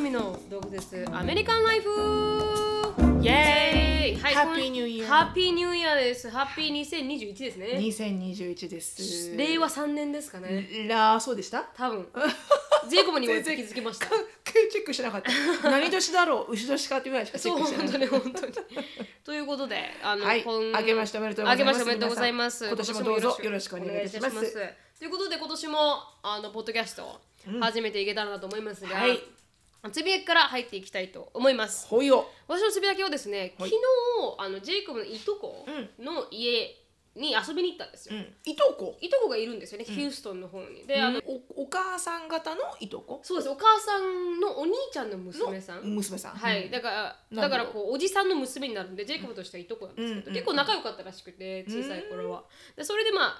みの動物ですアメリカンライフイエーイはい Happy New Year ハッピーニューイヤーですハッピー2021ですね2021です。令和3年ですかねらそうでした多 分ジェイコブにも気づきましたチェックしな かった。何年だろう牛年かっていうぐらいしかチェそッうク本当してない。に本当にということであの、はい、こんあけましておめでとうござあいまけます。しておめでとうございます。皆さん今年もどうぞよろしくお願いいたします。お願いいたということで今年もあのポッドキャストを始めていけたらなと思いますが、はいつぶやきから入っていきたいと思います。ほいよ。私のつぶやきをですね、は昨い日あのジェイコブのいとこの家に遊びに行ったんですうよ。ん。いとこ。いとこがいるんですよね、ヒューストンの方に。で、あのおお母さん方のいとこそうですお母さんのお兄ちゃんの娘さん。娘さん。はい、だからなだんからだろうこうおじさんの娘になるんでジェイコブとしてはいとこなんですけど、うん結構仲良かったらしくて小さい頃は、でそれでま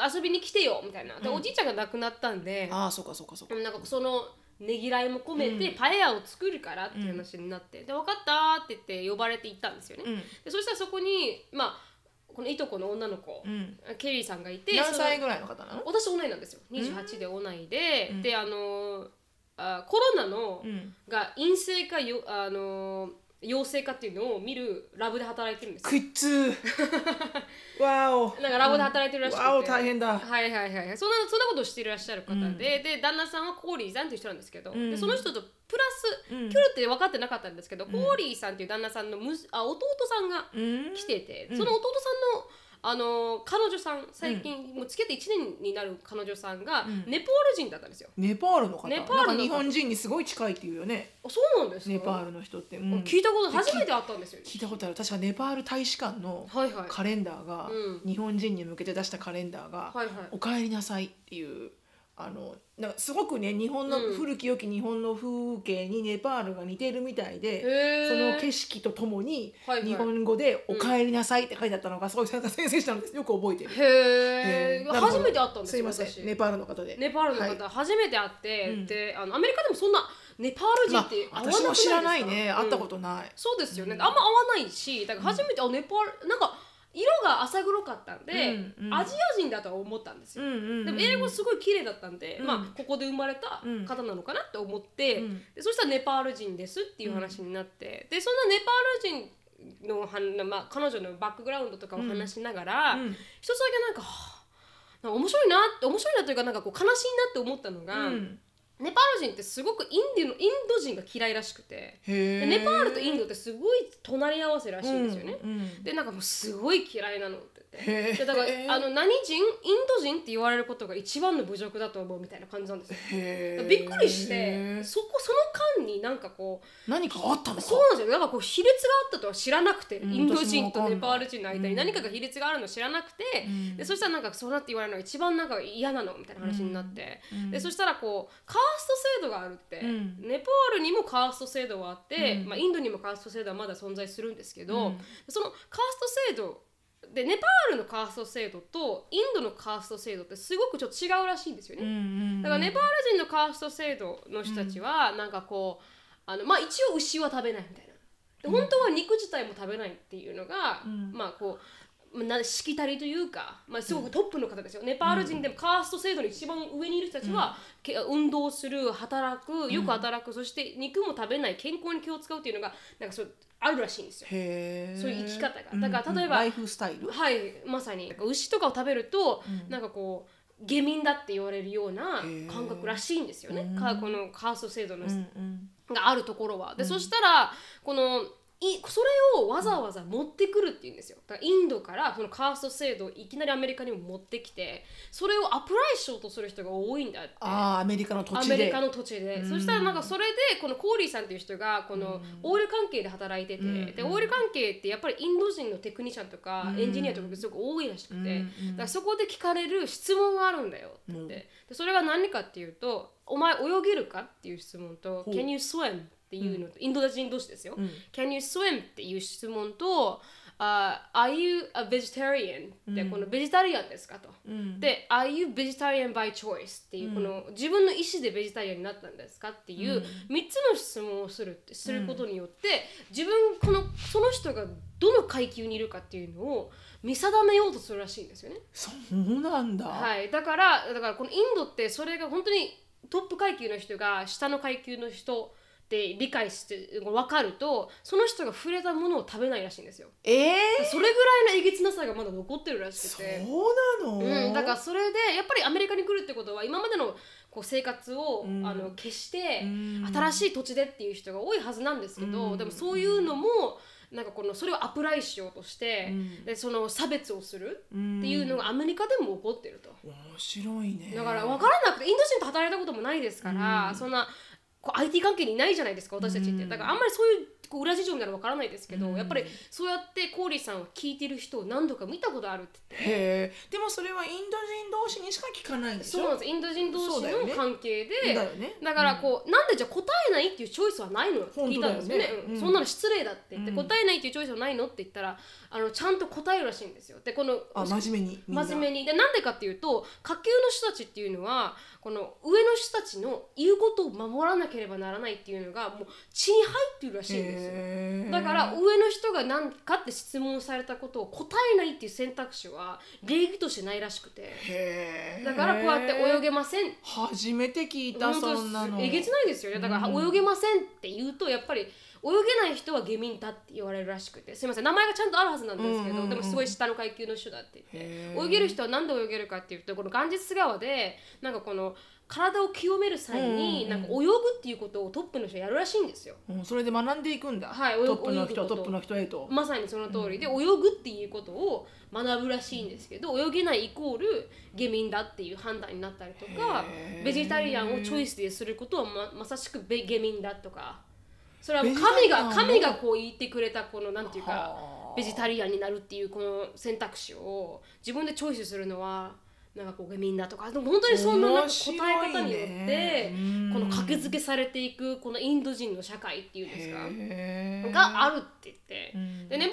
あ遊びに来てよみたいなで、おじいちゃんが亡くなったんでああ、そうかそうかそうか。なんかそのねぎらいも込めてパエアを作るからっていう話になって、で分かったーって言って呼ばれて行ったんですよね、うん。でそしたらそこにまあこのいとこの女の子、うん。ケリーさんがいて何その歳ぐらいの方なの？私同いなんですよ28で同いで、うんであのーあコロナの、うん。が陰性かよ、あのー陽性かっていうのを見るラブで働いてるんですよく っつ。わお。なんかラブで働いてるらしくて、わお大変だ。はいはいはいそんなそんなことをしていらっしゃる方で、うんで旦那さんはコーリーさんっていう人なんですけど、うんでその人とプラス、うんキョロって分かってなかったんですけど、んコーリーさんっていう旦那さんのむあ弟さんがうん来てて、うんその弟さんのあのー彼女さん最近、もう付き合って1年になる彼女さんが、うんネポール人だったんですよネパールの方。ネパールの方なんか日本人にすごい近いっていうよね。あそうなんですかネパールの人って。うん聞いたこと初めてあったんですよね聞いたことある確かネパール大使館のはいはいカレンダーが、う日本人に向けて出したカレンダーが「はいはいおかえりなさい」っていうあのなんかすごくね日本の、うん古き良き日本の風景にネパールが似てるみたいで、へそーの景色とともに、はいはい日本語で「おかえりなさい」って書いてあったのがすごい先生したのですよく覚えてる。へええー初めて会ったんですすいよませ私んネパールの方で。ネパールのはい方、初めて会って、うんであのアメリカでもそんなネパール人まって会わなあ、くないです私か、、も知らないね、会ったこととない。そうですよね、あんま会わないしだから初めて、あネパールなんか色が浅黒かったんで、うんうんアジア人だとは思ったんですよ、うんうんうんでも英語すごい綺麗だったんで、うんまあここで生まれた方なのかなって思って、うんでそしたらネパール人ですっていう話になって、でそんなネパール人のは、まあ、彼女のバックグラウンドとかを話しながら、うん一つだけなんかはぁなんか面白いなって面白いなというかなんかこう悲しいなって思ったのが、うんネパール人ってすごくインディのインド人が嫌いらしくてでへえネパールとインドってすごい隣り合わせらしいんですよね。うんうんでなんかもうすごい嫌いなのって言って。へえでだからあの何人インド人って言われることが一番の侮辱だと思うみたいな感じなんですよ。へーびっくりしてそこその間になんかこう何かあったのかそうなんですよなんかこう卑劣があったとは知らなくて、うんインド人と私もわかんなネいパール人の間にうん何かが卑劣があるの知らなくて、うんでそしたらなんかそうなって言われるのが一番なんか嫌なのみたいな話になって、うんでそしたらこうカースト制度があるって、うんネパールにもカースト制度はあって、うんまあ、インドにもカースト制度はまだ存在するんですけど、うんそのカースト制度でネパールのカースト制度とインドのカースト制度ってすごくちょっと違うらしいんですよね。うんだからネパール人のカースト制度の人たちはなんかこうあのまあ一応牛は食べないみたいなで本当は肉自体も食べないっていうのが、うんまあこうなしきたりというか、まあ、すごくトップの方ですよ、ネパール人でもカースト制度の一番上にいる人たちは、け運動する働くよく働く、そして肉も食べない健康に気を使うっていうのがなんかそうあるらしいんですよ。へーそういう生き方がうんだから例えばライフスタイルはいまさに牛とかを食べると、うんなんかこう下民だって言われるようなへー感覚らしいんですよね、うんかこのカースト制度の、うんがあるところは。で、そしたらこのいそれをわざわざ持ってくるっていうんですよだからインドからそのカースト制度をいきなりアメリカにも持ってきてそれをアプライしようとする人が多いんだって。ああアメリカの土ア地メリでカの土地で、うんそしたらなんかそれでこのコーリーさんっていう人がこのオイル関係で働いてて、うんでオイル関係ってやっぱりインド人のテクニシャンとかうんエンジニアとかがすごく多いらしくて、うんうだんからそこで聞かれる質問があるんだよって言って、うんでそれが何かっていうと「お前泳げるか?」っていう質問と「ほう Can you swim?」っていうのと、インド人同士ですよ「うん Can you swim?」っていう質問と「あ Are you a vegetarian?」って、うんこの「ベジタリアンですか?」と。うんで「Are you vegetarian by choice?」っていう、うんこの自分の意思でベジタリアンになったんですかっていううん3つの質問をするってすることによって自分このその人がどの階級にいるかっていうのを見定めようとするらしいんですよね。そうなんだはい、だからだからこのインドってそれが本当にトップ階級の人が下の階級の人って理解して分かるとその人が触れたものを食べないらしいんですよえそれぐらいのえげつなさがまだ残ってるらしくそてうなの、うん、だからそれでやっぱりアメリカに来るってことは今までのこう生活を、うんあの消して、新新しい土地でっていう人が多いはずなんですけど、うんでもそういうのもなんかこのそれをアプライしようとして、でその差別をするっていうのががアメリカでも起こってると。面白いねだから分からなくてインド人と働いたこともないですから、うんそんなこう IT 関係にいないじゃないですか私たちって、うんだからあんまりそういうこう裏事情みたいなの分からないですけど、うんやっぱりそうやってコーリーさんを聞いてる人を何度か見たことあるって言ってへえでもそれはインド人同士にしか聞かないんでしょそうなんですインド人同そう士だよねの関係でだよねだからこう、なんでじゃあ答えないっていうチョイスはないのって聞いたんですよね本当だよねうんうんそんなの失礼だって言って、うん答えないっていうチョイスはないのって言ったらあのちゃんと答えるらしいんですよでこのあ真面目にみんな真面目にでなんでかっていうと下級の人たちっていうのはこの上の人たちの言うことを守らなければならないっていうのがもう血に入ってるらしいんですよ、へえだから上の人が何かって質問されたことを答えないっていう選択肢は礼儀としてないらしくてへえだからこうやって泳げません初めて聞いた本当そんなのえげつないですよねだから、うん泳げませんって言うとやっぱり泳げない人は下民だって言われるらしくてすいません名前がちゃんとあるはずなんですけど、うんうんうんでもすごい下の階級の人だって言ってへー泳げる人は何で泳げるかっていうとこのガンジス川でなんかこの体を清める際に、うんうんうんなんか泳ぐっていうことをトップの人はやるらしいんですようんそれで学んでいくんだ、はいトップの泳人ぐことトップの人へと、まさにその通りで、泳ぐっていうことを学ぶらしいんですけど泳げないイコール下民だっていう判断になったりとかへーベジタリアンをチョイスですることはままさしくべ下民だとかそれはベジタ神リアがンを神がこう言ってくれたこのなんていうかはあベジタリアンになるっていうこの選択肢を自分でチョイスするのはなんかこう下民だとかでも本当にそんななんか答え方によっ面白いねて、うんこの格付けされていくこのインド人の社会っていうんですかへえがあるって言って。うんでネパー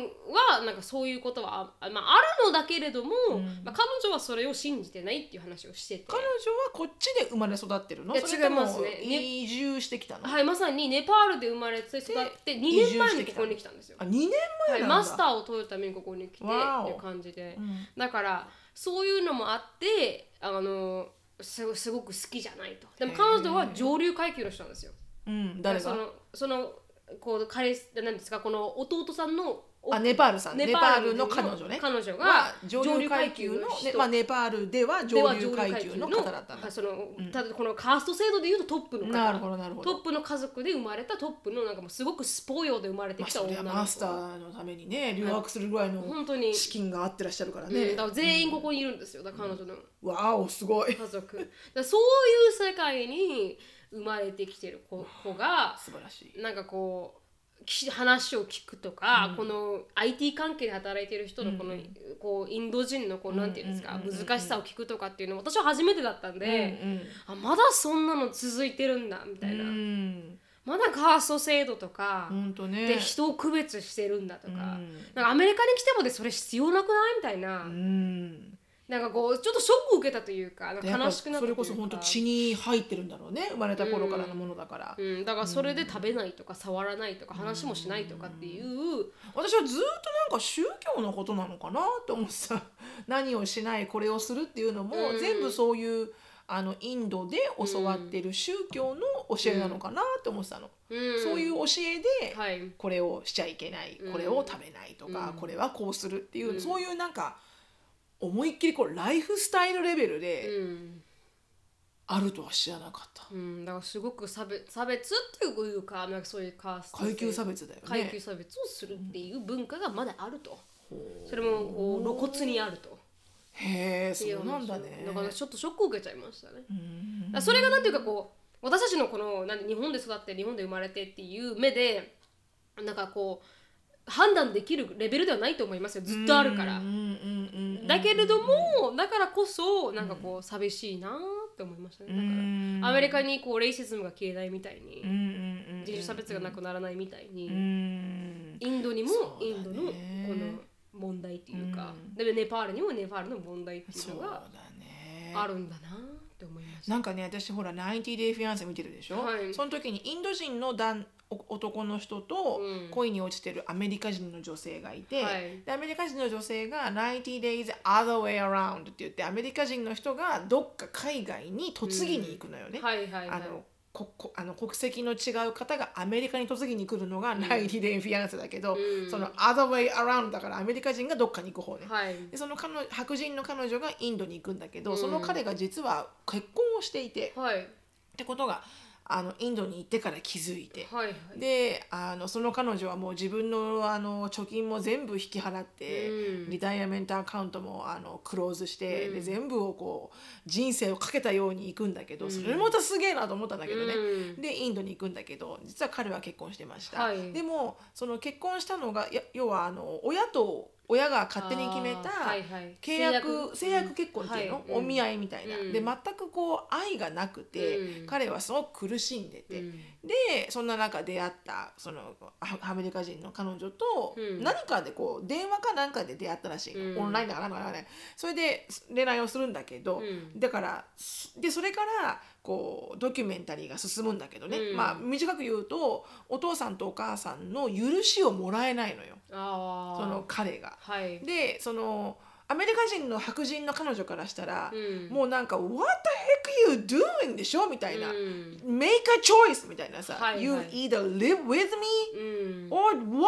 ル人はなんかそういうことはあ,、まあ、あるのだけれども、うんまあ、彼女はそれを信じてないっていう話をしてて彼女はこっちで生まれ育ってるのいやそれとも違いますね移住してきたの、はいまさにネパールで生まれて育って2年前にここに来たんですよ、あ2年は前い、なんだ、マスターを取るためにここに来てってわおいう感じでうんだからそういうのもあってあのすごすごく好きじゃないとでもへー彼女は上流階級の人なんですようん、誰そがのそのこう彼氏なんですかこの弟さんのおあネパールさんネパールの彼女ね彼女がは上流階級の人ねまあ、ネパールではでは上流階級の方だったんはだいその、ただこのカースト制度でいうとトップの方なるほどなるほトどップの家族で生まれたトップのなんかもうすごくスポヨで生まれてまあ、きたそ女りのゃ子、マスターのためにね留学するぐらいの本当に、資金があってらっしゃるからうんねだから全員ここにいるんですよだから彼女のわおすごい家族だからそういう世界に生まれてきてる子子が素晴らしいなんかこうき話を聞くとか、うんこの IT 関係で働いてる人のこの、うんうんこうインド人のこうなんていうんですか、うんうんうんうん難しさを聞くとかっていうの私は初めてだったんで、うんうんあまだそんなの続いてるんだみたいな、うんまだカースト制度とか、本当ねで人を区別してるんだとか,、うんなんかアメリカに来てもでそれ必要なくないみたいな、うんなんかこうちょっとショックを受けたというかなんかやっぱ悲しくなったといそれうかこそ本当血に入ってるんだろうね生まれた頃からのものだから、うん、だからそれで食べないとか触らないとか話もしないとかっていう、私はずっとなんか宗教のことなのかなと思ってさ 何をしないこれをするっていうのもうん全部そういうあのインドで教わってる宗教の教えなのかなと思ってたの、うんそういう教えではい、これをしちゃいけない、うんこれを食べないとか、うんこれはこうするっていう、うんそういうなんか思いっきりこうライフスタイルレベルでうんあるとは知らなかった、うん、だからすごく差別差別っていうかなんかそういうカースト制階級差別だよね階級差別をするっていう文化がまだあるとほうそれもこう露骨にあるとへえっていそうなんだねだからちょっとショックを受けちゃいましたねうんだからそれがなんていうかこう私たちのこのなんで日本で育って日本で生まれてっていう目でなんかこう判断できるレベルではないと思いますよずっとあるからうんうんうんうんだけれどもだからこそなんかこう寂しいなって思いましたうねだんからアメリカにこうレイシズムが消えないみたいうんにうんうんうん人種差別がなくならないみたいうにんインドにもそうだねインドのこの問題っていうかうんでネパールにもネパールの問題っていそううのだがねあるんだなって思いましたなんかね私ほら「90 Day Fiance」見てるでしょ、はいその時にインド人の男お男の人とうん恋に落ちてるアメリカ人の女性がいて、はいでアメリカ人の女性が「90 days other way around」って言ってアメリカ人の人がどっか海外に嫁ぎに行くのよね。はいはいはいあのここあの国籍の違う方がアメリカに嫁ぎに来るのがライリー・レイン・フィアナセだけど、うんその other way around だからアメリカ人がどっかに行く方ね。はいでその彼女白人の彼女がインドに行くんだけど、うんその彼が実は結婚をしていて、っはいてことがあのインドに行ってから気づいて、はいはいであのその彼女はもう自分のあの貯金も全部引き払って、うんリタイアメントアカウントもあのクローズして、うんで全部をこう人生をかけたように行くんだけど、うんそれもまたすげえなと思ったんだけどね。うんでインドに行くんだけど実は彼は結婚してました、はいでもその結婚したのがや要はあの親と親が勝手に決めたあーはいはい契約制約結婚っていうの、はいうんお見合いみたいな、うんで全くこう愛がなくて、うん彼はすごく苦しんでて、うんでそんな中出会ったそのあアメリカ人の彼女とうん何かでこう電話か何かで出会ったらしいの、うんオンラインだからなんかねそれで恋愛をするんだけど、うんだからすでそれからこうドキュメンタリーが進むんだけどね、うんまあ短く言うとお父さんとお母さんの許しをもらえないのよあーその彼が。はいでそのアメリカ人の白人の彼女からしたら、うんもうなんか「What the heck you doing?」でしょみたいな。うん、 make a choice みたいなさ、はいはい You either live with うん、me or what み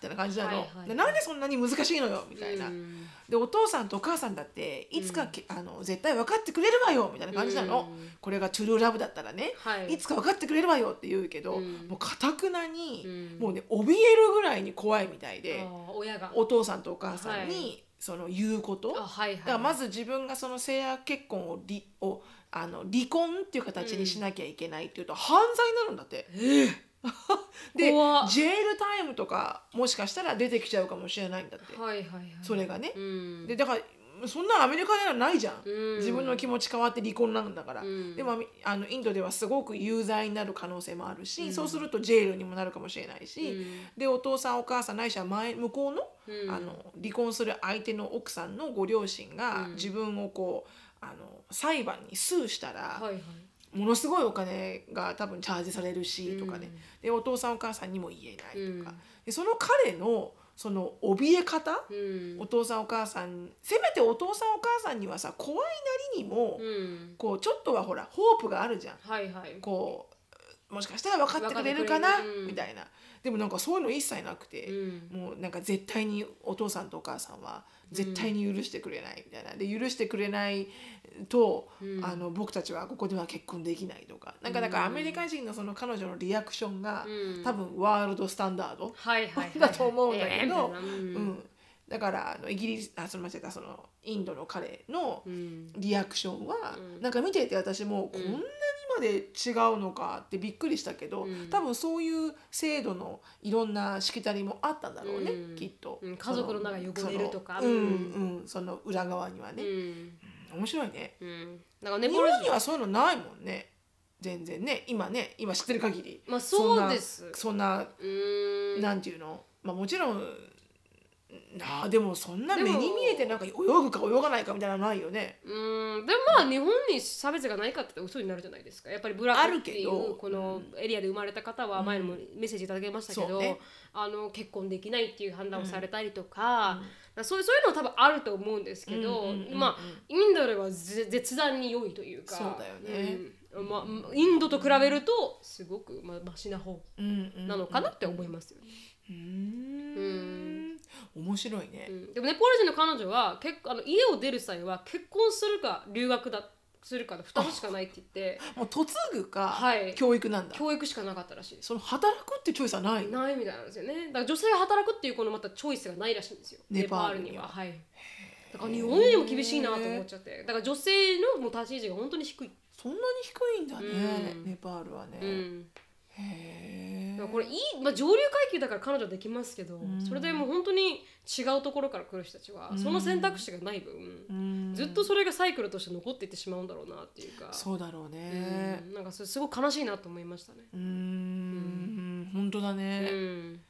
たいな感じなの、はいはいでなんでそんなに難しいのよみたいな、うんでお父さんとお母さんだっていつかけ、あの絶対分かってくれるわよみたいな感じなの、うんこれが true love だったらね、はいい、つか分かってくれるわよって言うけど、うんもうかたくなに、うんもうね怯えるぐらいに怖いみたいあで、ー親がお父さんとお母さんに、はいその言うこと、あはいはいだからまず自分がその制約結婚をりをあの離婚っていう形にしなきゃいけないっていうと犯罪になるんだって。 で怖っジェールタイムとかもしかしたら出てきちゃうかもしれないんだって、はいはいはいそれがねう。んでだからそんなのアメリカではないじゃん、うん自分の気持ち変わって離婚なんだから、うんでもあのインドではすごく有罪になる可能性もあるし、うんそうするとジェールにもなるかもしれないし、うんでお父さんお母さんないしは前向こうの,、うんあの離婚する相手の奥さんのご両親がうん自分をこうあの裁判にスーしたら、はいはいものすごいお金が多分チャージされるしとかね、うんでお父さんお母さんにも言えないとか、うんでその彼のその怯え方、うんお父さんお母さんせめてお父さんお母さんにはさ怖いなりにも、うんこうちょっとはほらホープがあるじゃんはいはいこうもしかしたら分かってくれるか分なかってくれるうんみたいなでもなんかそういうの一切なくて。うんもうなんか絶対にお父さんとお母さんは絶対に許してくれないみたいな、で許してくれないと、うんあの僕たちはここでは結婚できないとかなんかだからアメリカ人のその彼女のリアクションが、うん多分ワールドスタンダード、はいはいはいはいだと思うんだけどえーうんみだからあのイギリスあその間違えたそのインドの彼のたいなうんリアクションは、うんなんか見ていて私もこうんんなにまで違うのかってびっくりしたけど、うん多分そういう制度のいろんなしきたりもあったんだろうね、うんきっと、うん家族の中汚れるとかそのうんうんうんその裏側にはうね、ん面白いねうんなんかネ日パール本人にはそういうのないもんね全然ね今ね今知ってる限りまあんなそうですそんなうーんなんていうの、まあ、もちろんなあでもそんなでも目に見えてなんか泳ぐか泳がないかみたいなのないよね。うーんでもまあ日本に差別がないかって嘘になるじゃないですかやっぱりブラックっていあるけどうこのエリアで生まれた方は前にもメッセージいただきましたけそど、うねあの結婚できないっていう判断をされたりとか,、そういうそういうの多分あると思うんですけど、うんうんうんうんまあインドではぜ絶断に良いというかそうだよねうんまあ、インドと比べるとすごくまあマシな方うんうんなのかなって思いますよね、うーん面白いねう。んでもネポール人の彼女は結構あの家を出る際は結婚するか留学だするかの2つしかないって言って。もう嫁ぐか、はい教育なんだ。教育しかなかったらしいですその働くってチョイスはないの。ないみたいなんですよねだから女性が働くっていうこのまたチョイスがないらしいんですよネパールにはネはいだから日本よりも厳しいなと思っちゃってだから女性のもう立ち位置が本当に低い、そんなに低いんだね、うんネパールはね。うん、へだえから。これいい、まあ、上流階級だから彼女はできますけど、んそれでもう本当に違うところから来る人たちはんその選択肢がない分、うんずっとそれがサイクルとして残っていってしまうんだろうなっていうかそうだろううね。ん、なんかそれすごく悲しいなと思いましたね。うーん本当だうね。ん、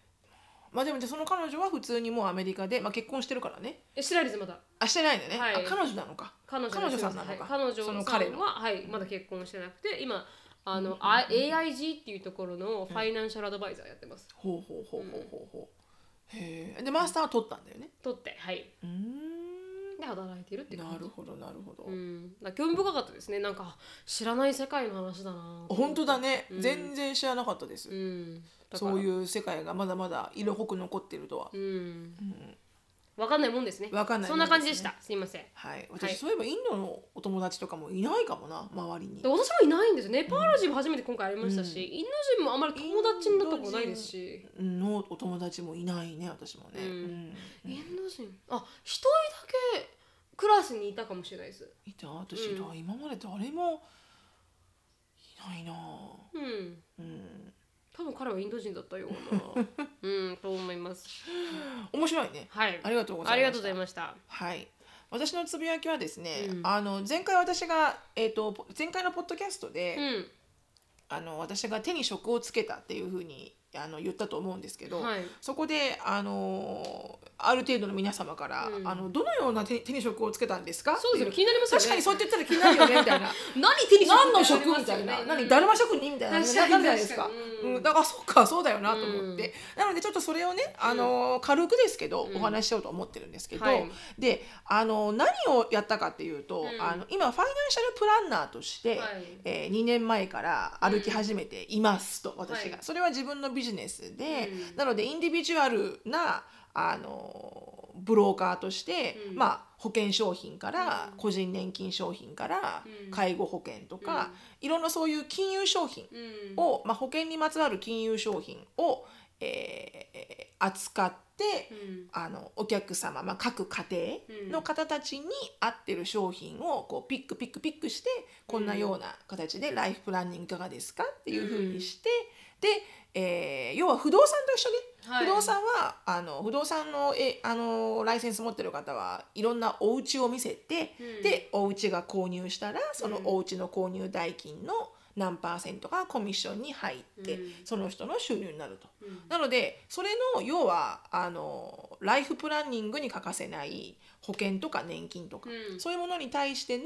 まあでもじゃあその彼女は普通にもうアメリカでまあ結婚してるからね。えシラリズまだあしてないんだね、はいあ彼女なのか彼女彼女さんなのかはい、彼女そさんのは彼のはい、まだ結婚してなくて今あの、あ AIG っていうところのファイナンシャルアドバイザーやってます、ほうほうほうほうほうほうへえでマスターは取ったんだよね取ってはいうーんで働いてるって感なじるほどなるほど、うん、だから興味深かったですねなんか知らない世界の話だな本当だね、うん全然知らなかったです、うん、そういうう世界がまだまだ色濃く残ってるとは、うん、うん分かんないもんですねわかんないそもんんでな感すねじでしたすいませんはい私、はいそういえばインドのお友達とかもいないかもな周りにで私もいないんですよネパール人も初めて今回ありましたし、うんインド人もあんまり友達になったことないですしのお友達もいないね私もね、うんうんインド人あ一人だけクラスにいたかもしれないですいた私、うん今まで誰もいないなぁうんうん多分彼はインド人だったよ うなうんと思います面白いねはいありがとうございましたありがとうございましたはい私のつぶやきはですね、うんあの前回私が、えー、とポ前回のポッドキャストで、うあの私が手に職をつけたっていうふうにあの言ったと思うんですけど、んはいそこであのある程度の皆様から、うんあのどのような手手に職をつけたんですかそうですよねってい気になりますよね確かにそうって言ったら気になるよねみたいな何手に職何の職みたいな、何だるま職人みたいな確かになんじゃないですか確かに、ううんんだからそっかそうだよなと思って、なのでちょっとそれをね、あの軽くですけど、うんお話ししようと思ってるんですけど、はいであの何をやったかっていうと、うんあの今ファイナンシャルプランナーとして、はいえー2年前から歩き始めていますと、私が、はいそれは自分のビジネスで、うんなのでインディビジュアルなあのブローカーとして、うんまあ保険商品から、うん個人年金商品から、うん介護保険とか、いろんなそういう金融商品うんを、まあ、保険にまつわる金融商品を、えー扱って、うんあのお客様、まあ、各家庭の方たちに合ってる商品をこうピックピックピックしてこんなような形でライフプランニングいかがですかっていうふうにして、で、えー要は不動産と一緒ね、はい不動産はあの不動産のえあのライセンス持ってる方はいろんなお家を見せて、うんでお家が購入したらそのうんお家の購入代金の何パーセントがコミッションに入って、うんその人の収入になるうと。んなのでそれの要はあのライフプランニングに欠かせない保険とか年金とか、うんそういうものに対しての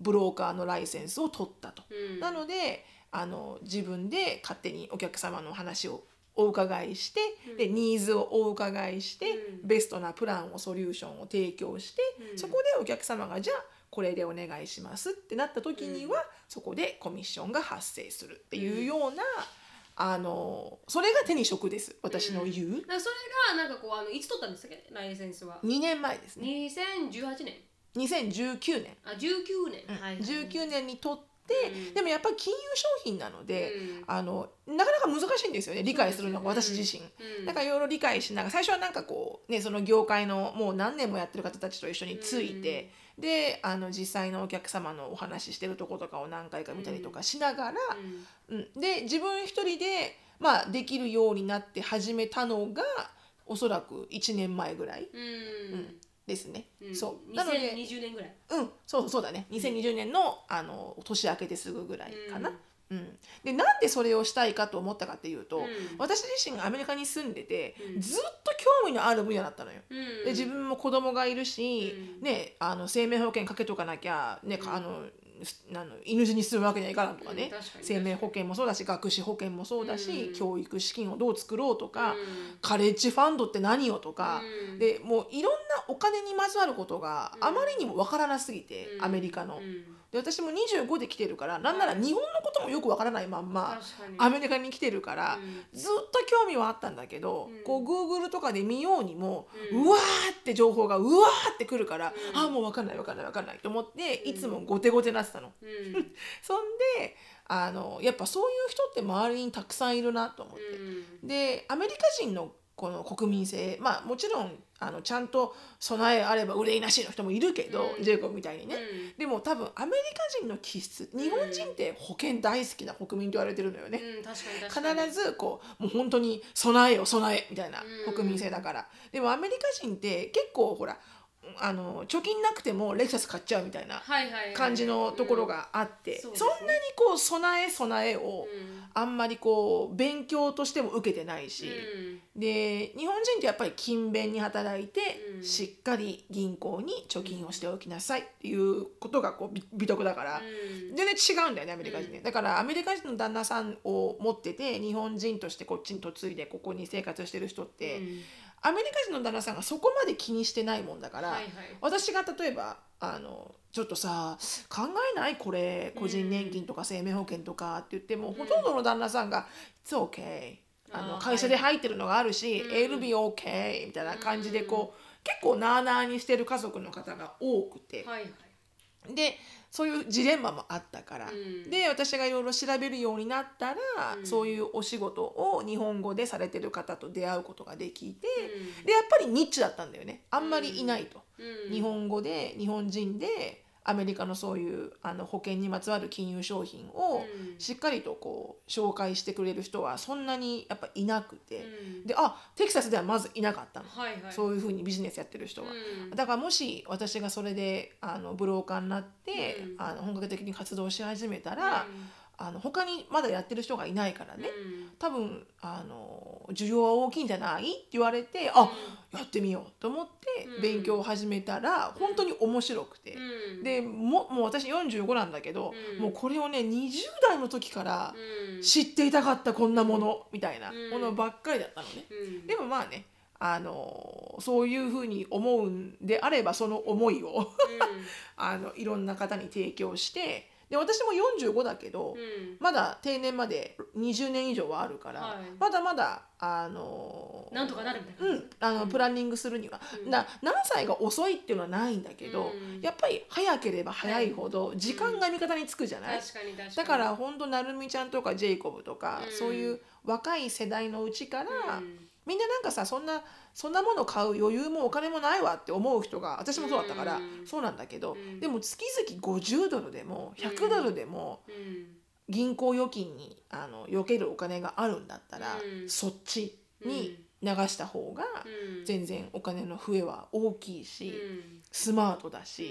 ブローカーのライセンスを取ったと。うんなのであの自分で勝手にお客様の話をお伺いして、うんでニーズをお伺いして、うんベストなプランをソリューションを提供して、うんそこでお客様がじゃあこれでお願いしますってなった時には、そこでコミッションが発生するっていうような、あのそれが手に職です私の言う、だからそれがなんかこうあのいつ取ったんですかライセンスは2年前ですね2018年2019年、あ19年、うんはい19年にとって、うんでもやっぱり金融商品なので、うんあのなかなか難しいんですよね理解するのがそうです私ね自身。うんなんかいろいろ理解しながら最初はなんかこうねその業界のもう何年もやってる方たちと一緒について、であの実際のお客様のお話ししてるとことかを何回か見たりとかしながら、うんうん、で自分一人で、まあ、できるようになって始めたのがおそらく1年前ぐらいうんですね。うんそうなので、 2020年ぐらいうん、そうそうだね2020年のあの年明けてすぐぐらいかな。うんうん、でなんでそれをしたいかと思ったかっていうと、うん私自身がアメリカに住んでて、うんずっと興味のある分野だったのよ。うんで自分も子供がいるし、うんね、あの生命保険かけとかなきゃ、ねうんあのすあの犬死にするわけにはいかんとかうんね、確かに生命保険もそうだし学資保険もそうだし、うん教育資金をどう作ろうとか、うんカレッジファンドって何よとか、うんでもういろんなお金にまつわることがうんあまりにもわからなすぎて、うんアメリカの。うんで私も25で来てるからなんなら日本のこともよくわからないまんま確かにアメリカに来てるから、うんずっと興味はあったんだけど、うんこう Google とかで見ようにも、ううんわーって情報がうわーってくるから、うんああもう分かんない分かんない分かんないと思ってうんいつも後手後手になってたの。うんそんであのやっぱそういう人って周りにたくさんいるなと思って。うんでアメリカ人のこの国民性まあもちろんあのちゃんと備えあれば憂いなしの人もいるけど、うんジェイコブみたいにね、でも多分アメリカ人の気質日本人って保険大好きな国民と言われてるのよね、うん確かに確必かにずこうもう本当に備えよ備えみたいなうん国民性だから、でもアメリカ人って結構ほらあの貯金なくてもレクサス買っちゃうみたいなはいはいはい感じのところがあって、うんそうですそねんなにこう備え備えをうんあんまりこう勉強としても受けてないし、うで日本人ってやっぱり勤勉に働いて、うんしっかり銀行に貯金をしておきなさいっていうことがこう美美徳だから、ん全然違うんだよねアメリカ人ね、だからアメリカ人の旦那さんを持ってて日本人としてこっちに嫁いでここに生活してる人って、うんアメリカ人の旦那さんがそこまで気にしてないもんだから、はいはい私が例えばあのちょっとさ考えないこれ個人年金とか生命保険とかって言っても、ほとんどの旦那さんが「It's okay」あのあー会社で入ってるのがあるし「うん It'll be okay」みたいな感じでこう結構なあなあにしてる家族の方が多くて、はいはいでそういうジレンマもあったから、うんで私がいろいろ調べるようになったら、うんそういうお仕事を日本語でされてる方と出会うことができて、うんでやっぱりニッチだったんだよねあんまりいないと。うん日本語で日本人でアメリカのそういうあの保険にまつわる金融商品をうんしっかりとこう紹介してくれる人はそんなにやっぱいなくて、うんであテキサスではまずいなかったの、はいはいそういうふうにビジネスやってる人は。うんだからもし私がそれであのブローカーになっうて、んあの本格的に活動し始めたら、あの他にまだやってる人がいないからうんね、うん多分あの需要は大きいんじゃないって言われて、あやってみようと思ってうん勉強を始めたら、本当に面白くて、うんでももう私45なんだけど、うんもうこれをね20代の時からうん知っていたかったこんなものみたいなうんものばっかりだったのね。うんでもまあねあのそういうふうに思うんであればその思いをあのいろんな方に提供してで私も45だけうんうど、んまだ定年まで20年以上はあるから、はいまだまだあのなんとかなるみたいなう感ん、あのプランニングするには、うんな何歳が遅いっていうのはないんだけど、うんやっぱり早ければ早いほど時間が味方につくじゃない、確かに確かにだから本当なるみちゃんとかジェイコブとか、うんそういう若い世代のうちから、うんみんななんかさそんなそんなもの買う余裕もお金もないわって思う人が私もそうだったから、うんそうなんだけど、うんでも月々50ドルでも100ドルでもうん銀行預金にあの避けるお金があるんだったら、うんそっちに流した方が、うん全然お金の増えは大きいし、うんスマートだうし、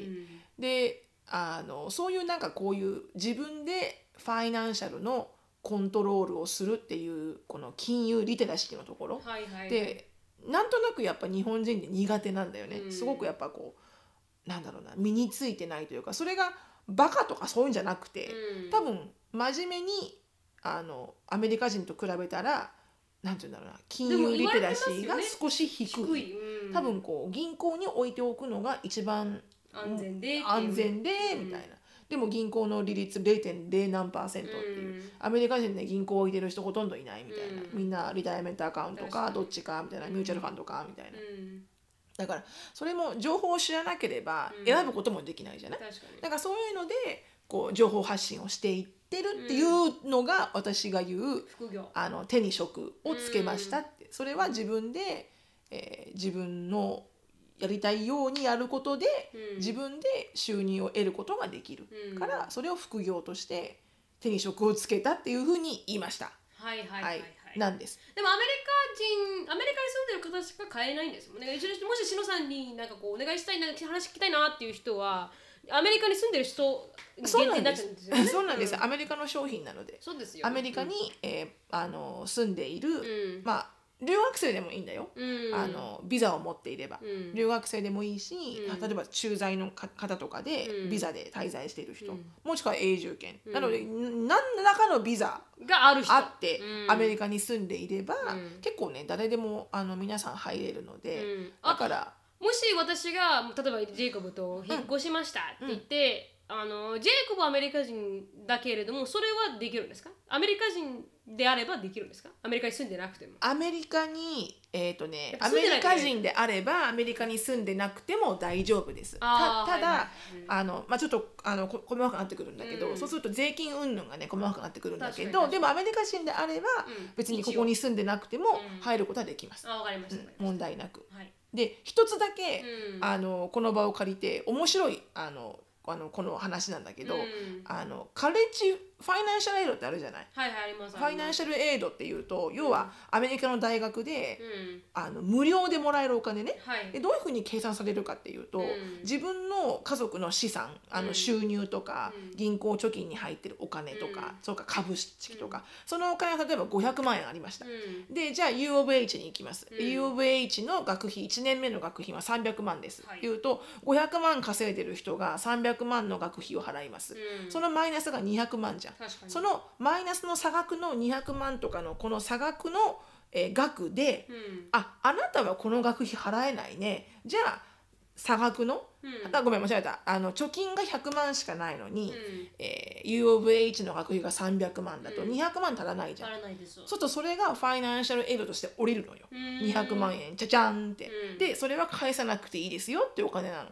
んであのそういうなんかこういう自分でファイナンシャルのコントロールをするっていうこの金融リテラシーのところ、はいはいでなんとなくやっぱ日本人って苦手なんだよね、うんすごくやっぱこうなんだろうな身についてないというかそれがバカとかそういうんじゃなくて。うん多分真面目にあのアメリカ人と比べたらなんて言うんだろうな金でも融リ言われテてラますシよねーが少し低い低いうん多分こう銀行に置いておくのが一番安全でっていう安全でうんみたいな、でも銀行の利率0.0何パーセントっていう、うんアメリカ人で銀行置いてる人ほとんどいないみたいな、うんみんなリタイアメントアカウント確かかにどっちかみたいなうんミューチャルファンドかみたいな、うんだからそれも情報を知らなければうん選ぶこともできないじゃない確かにだからそういうのでこう情報発信をしていってるっていうのが私が言う、副業あの手に職をつけましたって、それは自分で、えー自分のやりたいようにやることで、うん自分で収入を得ることができるうんから、それを副業として手に職をつけたっていうふうに言いました。はいはいははいいはいなんです。でもアメリカ人アメリカに住んでる方しか買えないんですもんね一緒にもし篠さんになんかこうお願いしたいな話聞きたいなっていう人はアメリカに住んでる人そう限定なんになっちでゃすうんですよね。 そうなんです。うんアメリカの商品なので、そうですよアメリカに、えーあの住んでいる、うんまあ留学生でもいいんだよ。うんあのビザを持っていれば、うん留学生でもいいし、うん例えば駐在のか方とかでうんビザで滞在している人、うんもしくは永住権、うんなのでん何らかのビザがある人あって、うんアメリカに住んでいれば、うん結構ね誰でもあの皆さん入れるので、うんあだからもし私が例えばジェイコブと引っ越しましたって言って、あのジェイコブはアメリカ人だけれどもそれはできるんですかアメリカ人であればできるんですかアメリカに住んでなくてもアメリカにえっ、とねやアっぱ住メんでなリいとねカ人であればアメリカに住んでなくても大丈夫です。あたーただ、はいはいうんあのまあ、ちょっとあのこ細かくなってくるんだけど、うんそうすると税金云々がね細かくなってくるんだけ確かに確かどにでもアメリカ人であればうん別にここに住んでなくてもうん入ることはできます、あわかりましうた、んわかりま問題なく。したはいで一つだけ、うんあのこの場を借りて面白いあのあのこの話なんだけど、うんあのカレッジファイナンシャルエイドってあるじゃないはいはいありますファイナンシャルエイドっていうと要はアメリカの大学で、うんあの無料でもらえるお金ね、はでいどういうふうに計算されるかっていうと、うん自分の家族の資産あうのん収入とか、うん銀行貯金に入ってるお金とか、うんそうか株式とか、そのお金が例えば500万円ありましたう、んでじゃあ U of H に行きます、うん U of H の学費1年目の学費は300万です、はい言うと500万稼いでる人が300万の学費を払います、うんそのマイナスが200万じゃん確かにそのマイナスの差額の200万とかのこの差額のえー額で、うんああなたはこの学費払えないねじゃあ差額の、うんあごめん間違えたあの貯金が100万しかないのうに、んえー U of H の学費が300万だとうん200万足らないじゃ足らん、ないですそうするとそれがファイナンシャルエイドとして降りるのよ、200 200万円じゃじゃんって、うんでそれは返さなくていいですよっていうお金なの、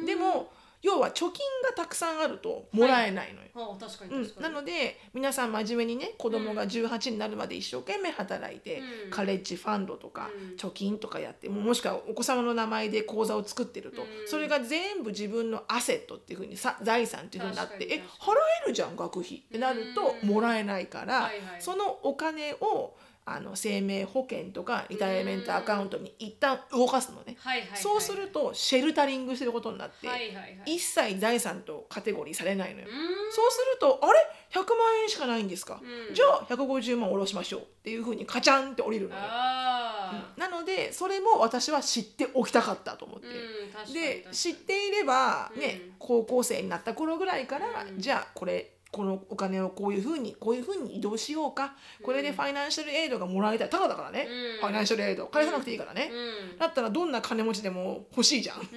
円でも要は貯金がたくさんあるともらえないのよ、あ確かにうん確、かなにので皆さん真面目にね子供が18になるまで一生懸命働いて、うんカレッジファンドとか、うん貯金とかやってももしくはお子様の名前で口座を作ってると、うんそれが全部自分のアセットっていうふうにさ財産っていうふうになって確かえに払確えるじゃん学費ってなるとうんもらえないから、はいはいそのお金をあの生命保険とかリタイアメントアカウントに一旦動かすのね、はいはいはいそうするとシェルタリングしてることになって、はいはいはい一切財産とカテゴリーされないのよ。うんそうすると、あれ ?100 万円しかないんですか、うんじゃあ150万下ろしましょうっていうふうにカチャンって降りるのよ。あなので、それも私は知っておきたかったと思っーて。うん確かに確でか、に知っていれば、ね、うん高校生になった頃ぐらいから、うんじゃあこれ、このお金をこういうふうに、こういうふうに移動しようか。これでファイナンシャルエイドがもらえたら、ただだからね、うんファイナンシャルエイド、返さなくていいからね。うんだったらどんな金持ちでも欲しいじゃん。うん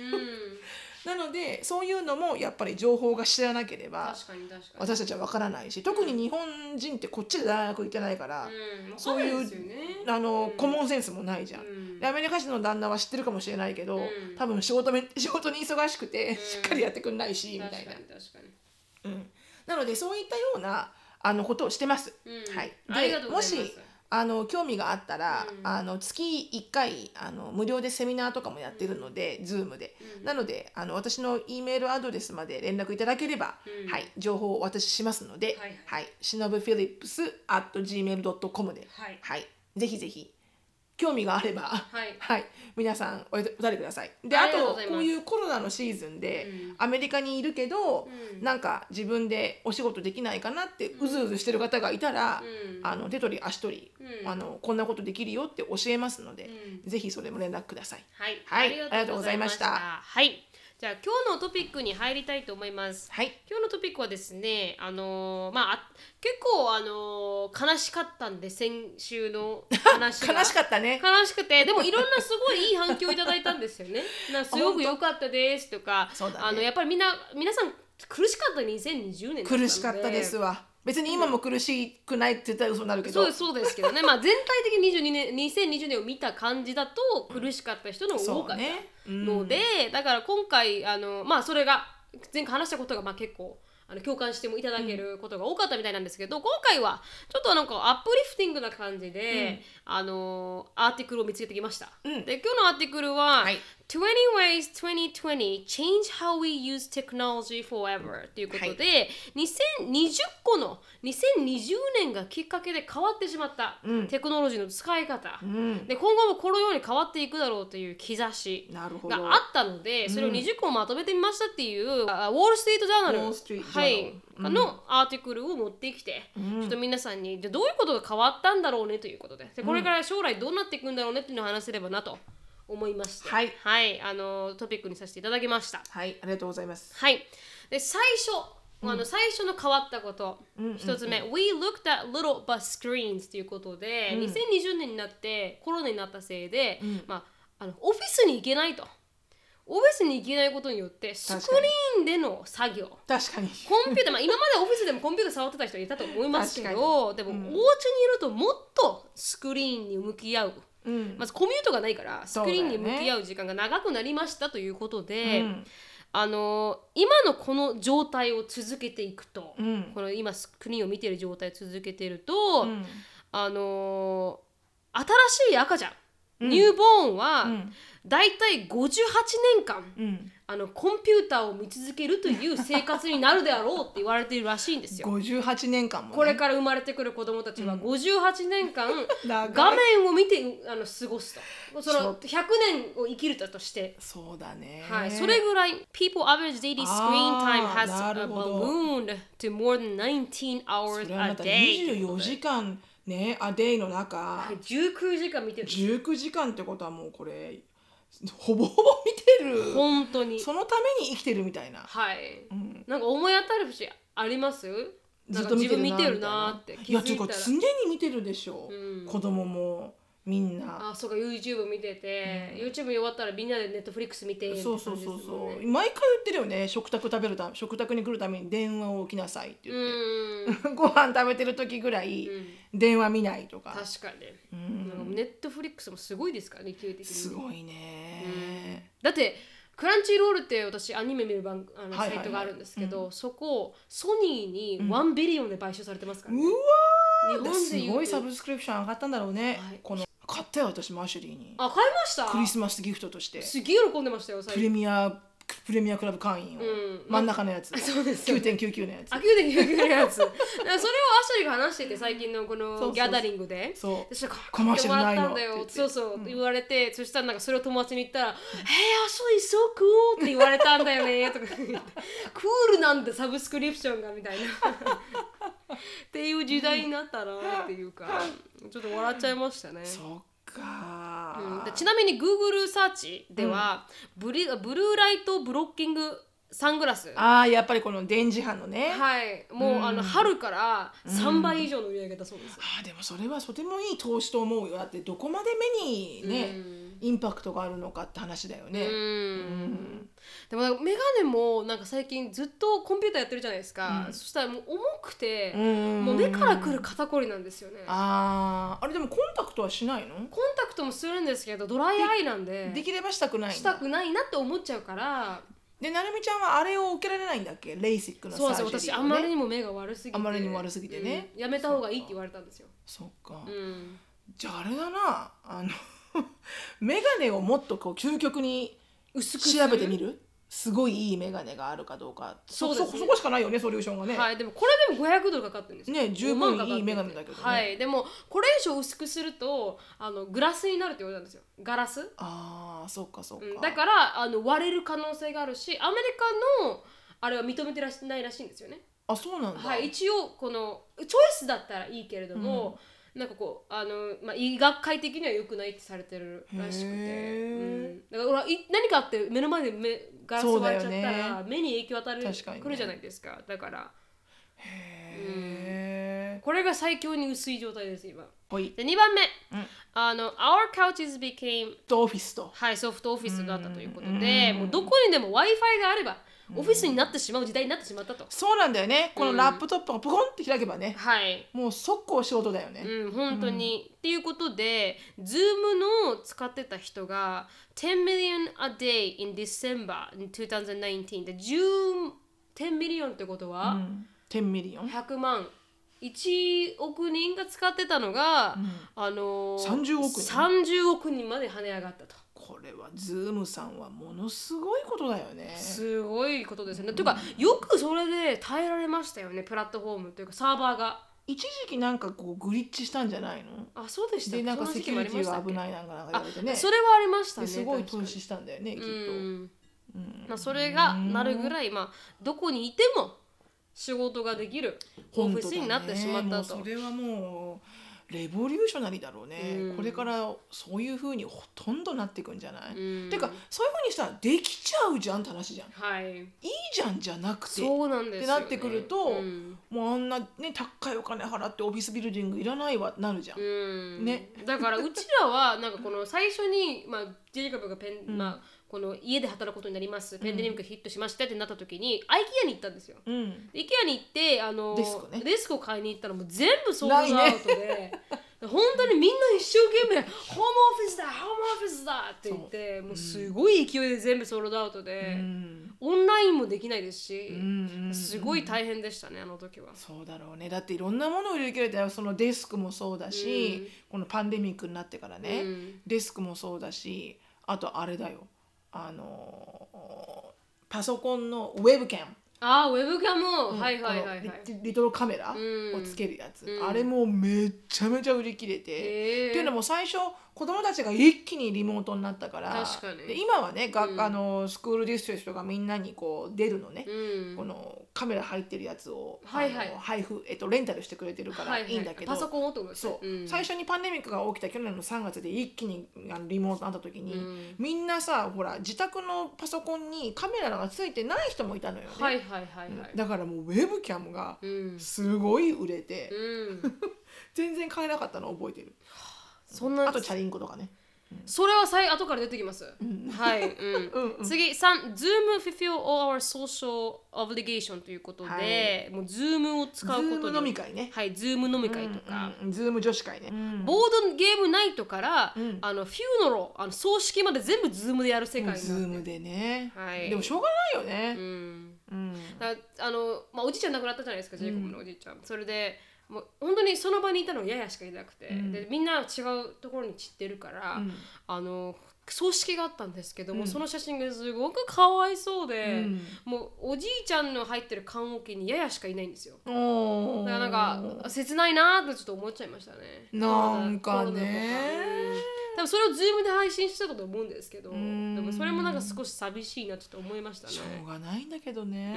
なので、そういうのもやっぱり情報が知らなければ、確かに確かに私たちは分からないし特に日本人ってこっちで大学行ってないから、うんそういうわかんないですよねあの、うんコモンセンスもないじゃん。うんでアメリカ人の旦那は知ってるかもしれないけど、うん多分仕事め 仕事に忙しくて、んしっかりやってくんないしみたいな確か、に確かにうん、なのでそういったようなあのことをしてます。うんはい、ありがでとうごもざいますしあの興味があったら、うんあの月1回あの無料でセミナーとかもやってるので、Zoom で、うんなのであの私の E メールアドレスまで連絡いただければ、うんはい、情報をお渡ししますので、はいしのぶフィリップス at gmail.com で、はいはい、ぜひぜひ興味があれば、はい皆さんお答えください。であありがとうごとざいますこういうコロナのシーズンで、うんアメリカにいるけど、うんなんか自分でお仕事できないかなってうずうずしてる方がいたら、うんあの手取り足取り、うんあのこんなことできるよって教えますので、うぜひそれも連絡ください。はい、はいありがとうございはい、じゃあ今日のトピックに入りたいと思います。はい、今日のトピックはですね、あのーまああ結構あのー悲しかったんで先週の話が 悲しかったね。悲しくてでもいろんなすごいいい反響をいただいたんです よね。なんかすごく良かったですとか、そうだねあのやっぱりみんな皆さん苦しかった2020年だったので苦しかったです。わ別に今も苦しくないって絶対嘘になるけそどうですそうですけどね、まあ、全体的に22年2020年を見た感じだと苦しかった人の方が多そかうったね、うんので、だから今回あの、まあ、それが前回話したことが、まあ、結構あの共感してもいただけることが多かったみたいなんですけど、今回はちょっとなんかアップリフティングな感じで、あのアーティクルを見つけてきました、うんで今日のアーティクルは「はい20 ways 2020 change how we use technology forever」っていうことで、2020個の2020年がきっかけで変わってしまった、うんテクノロジーの使い方、うんで今後もこのように変わっていくだろうという兆しなるほどがあったのでそれを20個まとめてみましたっていう、あウォール・ストリート・ジャーナルウォールストリートジャはーいナルうんのアーティクルを持ってきて、ちょっと皆さんにでどういうことが変わったんだろうねということででこれから将来どうなっていくんだろうねっていうのを話せればなと思いまして、はいあのトピックにさせていただきました。はいありがとうございますはい。で最初、あの最初の変わったこと、一つ目、We looked at little but screens ということで、2020年になってコロナになったせいで、まああのオフィスに行けないと。オフィスに行けないことによってスクリーンでの作業確かにコンピューター、まあ、今までオフィスでもコンピューター触ってた人いたと思いますけどでも、お家にいるともっとスクリーンに向き合ううんまずコミュートがないからスそうクだリよーンねに向き合う時間が長くなりましたということで、うんあの今のこの状態を続けていくと、うんこの今スクリーンを見ている状態を続けていると、うんあの新しい赤ちゃん、ニューボーンは、うんだいたい58年間うんあのコンピューターを見続けるという生活になるであろうって言われているらしいんですよ。 58年間も、ね、これから生まれてくる子供たちは58年間、長い画面を見てあの過ごすとそちょの100っ年を生きるだとして、そうだねはい、それぐらい people average daily screen time あ has ーな uh, るほど ballooned to more than 19そ hours れは a また day というこ24とで時間ねあデイの中19時間見てる19時間ってことはもうこれほぼほぼ見てる本当にそのために生きてるみたいな、はいうん、なんか思い当たる節ありますずっと見てるななんか自分見てるなーってみたい気づいたらなやていうか常に見てるでしょ、うん子供もみんなあそうか YouTube 見てて、うん YouTube 終わったらみんなで Netflix 見てそうそうそうそっうて感じですもんね毎回言ってるよね食卓食べるため食卓に来るために電話を置きなさいってう言って、ん ご飯食べてる時ぐらいうん電話見ないとか、確かにね、うんなんかネットフリックスもすごいですからね勢い的にすごいね、だってクランチロールって私アニメ見る番あのはいはいはサいイトがあるんですけど、そこをソニーにワンビリオンで買収されてますから、うねわー日本すで言うとごいサブスクリプション上がったんだろうね、はいこの買ったよ私マーシュリーにあ買いましたクリスマスギフトとしてすげえ喜んでましたよプ最レ近ミアプレミアクラブ会員を、うん真ん中のやつそうですよ9.99のやつあ9で9のやつ だからそれをアシュリーが話してて最近のこそうそうのギャダリングでそう私なんかコマーシャルないの買ってもらったんだよって言そっうてそう、言われてそしたらなんかそれを友達に言ったら「へえアシュリーそうクール」って言われたんだよねとか言って「クールなんだサブスクリプションが」みたいな っていう時代になったなっていうかちょっと笑っちゃいましたねそっかうんでー、ちなみに Google サーチでは、ブリブルーライトブロッキングサングラスああやっぱりこの電磁波のね、あはい、もう、あの春から3倍以上の売り上げだそうです。あでもそれはとてもいい投資と思うよだってどこまで目にね、インパクトがあるのかって話だようんね、んでもなんかメガネもなんか最近ずっとコンピューターやってるじゃないですか、うんそしたらもう重くて、んもう目からくる肩こりなんですよねコンあーあれでもコンタクトはしないの、タクトもするんですけどドライアイなんでできればしたくないんだしたくないなって思っちゃうからでなるみちゃんはあれを受けられないんだっけレイシックのサそうーなジんェリーを、ね、ですよ私あまりにも目が悪すぎてあまりにも悪すぎてねうんやめた方がいいって言われたんですよ、そっか、うん、じゃああれだなあの メガネをもっとこう究極に薄する調べてみるすごいいいメガネがあるかどうかそそうですねそそこしかないよねソリューションがね、はい、でもこれでも500ドルかかってるんですよね十5万分かかっていいてメガネだけどね、はいでもこれ以上薄くするとあのグラスになるって言われたんですよガラス、ああそっかそっうか、ん、だからあの割れる可能性があるしアメリカのあれは認めてらしないらしいんですよねあそうなんだ、はい一応このチョイスだったらいいけれども、なんかこうあの、まあ、医学界的には良くないってされてるらしくて、うへん、だからほらい何かあって目の前で目ガラス割れちゃったそうだら、よ目に影響与える確かにねくるじゃないですかだからへえ、これが最強に薄い状態です今ほいで2番目、うんあの Our couches became とオフィスとはい、ソフトオフィスだったということで、もうどこにでも Wi-Fi があれば、オフィスになってしまう時代になってしまったと。そうなんだよねこのラップトップがポコンって開けばね、はい。もう速攻仕事だよね、うん、本当に。っていうことで、Zoom の使ってた人が10 million a day in December in 2019で10 10 million ってことうはん10ミリオン100万。1億人が使ってたのが、んあのー30億人30億人まで跳ね上がったと。これはズームさんはものすごいことだよねすごいことですよね。というかよくそれで耐えられましたよねプラットフォームというかサーバーが。一時期なんかこうグリッチしたんじゃないのあそうでしたっでけなんかそセ時期キュもあリりまティしたがっけ危ないなんかなんか言あわれてねそれはありましたでね。すごい確か投に資したんだよねきっと、うんうんまあ、それがなるぐらい、まあ、どこにいても仕事ができるオフィスになってしまったと。本当だねもうそれはもうレボリューショナリーだろうね、うんこれからそういうふうにほとんどなっていくんじゃない、うんてかそういうふうにしたらできちゃうじゃんって話じゃんいはい、いじゃんじゃなくてそうなんですよ、ね。ってなってくるとうんもうあんなね高いお金払ってオフィスビルディングいらないわなるじゃん、うんねだからうちらはなんかこの最初に、まあ、ジェイコブがペン、うんまあ、この家で働くことになりますペンデミックヒットしましたってなった時に IKEA に行ったんですよ。うん、で IKEA に行ってあのデスクねデスクを買いに行ったらもう全部ソールドアウトで。 本当にみんな一生懸命「ホームオフィスだホームオフィスだ!」って言ってもうすごい勢いで全部ソールドアウトうで、んオンラインもできないですし、うんすごい大変でしたねあの時は。そうだろうねだっていろんなものを入れるけどそのデスクもそうだし、うんこのパンデミックになってからね、うんデスクもそうだしあとあれだよあのーパソコンのウェブキャンああウェブキャも、うんはいはいはいはい。このリリトルカメラうんをつけるやつ、うんあれもめちゃめちゃ売り切れて、へーっていうのも最初子供たちが一気にリモートになったから確かにで今はね、があのスクールディストリクトがみんなにこう出るのね、うんこのカメラ入ってるやつを、はいはいあの配布、えっと、レンタルしてくれてるからはいはいいんだけど、パソコンをってことですねそう、うん最初にパンデミックが起きた去年の3月で一気にあのリモートになった時に、うんみんなさほら自宅のパソコンにカメラがついてない人もいたのよね、はいはいはいはい。だからもうウェブキャムが うん。すごい売れて、うん。全然買えなかったの覚えてるそんなあとチャリンコとかね。それはさい後から出てきます。はい、うんうんうん次3 Zoom fulfill all our social obligation ということで、はいもう Zoom を使うズこーとムに飲み会ね。はい、Zoom 飲み会とか、うんうんズーム女子会ね。ボードゲームナイトから、うんあのフューノロあの葬式まで全部 Zoom でやる世界ズームでね。はいでもしょうがないようね。ん、うんだあの、まあ、おじいちゃん亡くなったじゃないですかジェイコブのおじいちゃん、それでもう本当にその場にいたのややしかいなくて、うんでみんな違うところに散ってるから、うんあの葬式があったんですけども、うんその写真がすごくかわいそうで、うんもうおじいちゃんの入ってる棺桶にややしかいないんですよおだかーらなんか切ないなーってちょっと思っちゃいましたねなんかねコロナとかうん多分それを Zoom で配信してたと思うんですけどでんもそれもなんか少し寂しいなちょっと思いましたねしょうがないんだけどね。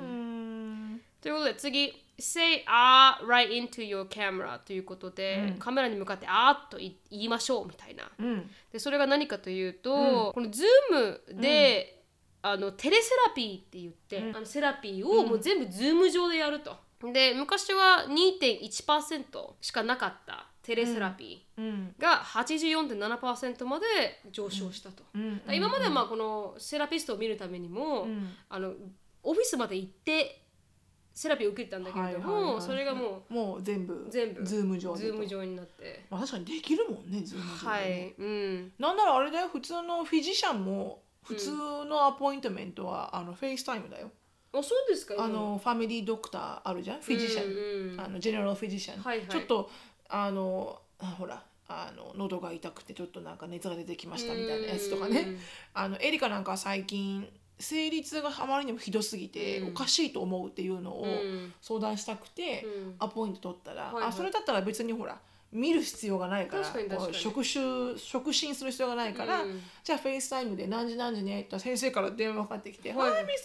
ううんということで次 Say ah right into your camera ということで、うんカメラに向かってあーっと言言いましょうみたいなうんでそれが何かというと、この Zoom で、あのテレセラピーって言って、あのセラピーをもう全部 Zoom 上でやると。で昔は2.1%しかなかったテレセラピうんーが84.7%まで上昇したと。うんだから今まではまあこのセラピストを見るためにも、うんあのオフィスまで行ってセラピーを受けてたんだけれども、はいはいはいそれがももう全部全部ズーム上うで Zoom と上になって。まあ、確かにできるもんねズーム上はでね、い、うんなんならあれだよ普通のフィジシャンも普通のアポイントメントは、あのフェイスタイムだよ、あそうですかあのファミリードクターあるじゃんフィジシャン、ンあのジェネラルフィジシャン、はいはいちょっとあのあほらあの喉が痛くてちょっとなんか熱が出てきましたみたいなやつとかねあのエリカなんかは最近生理痛があまりにもひどすぎて、うんおかしいと思うっていうのをうん相談したくて、うんアポイント取ったら、はいはいあそれだったら別にほら見る必要がないから確かに確かにこう職種触診する必要がないから、うんじゃあフェイスタイムで何時何時ねって言ったら先生から電話かかってきて「はいはい、ミスエリ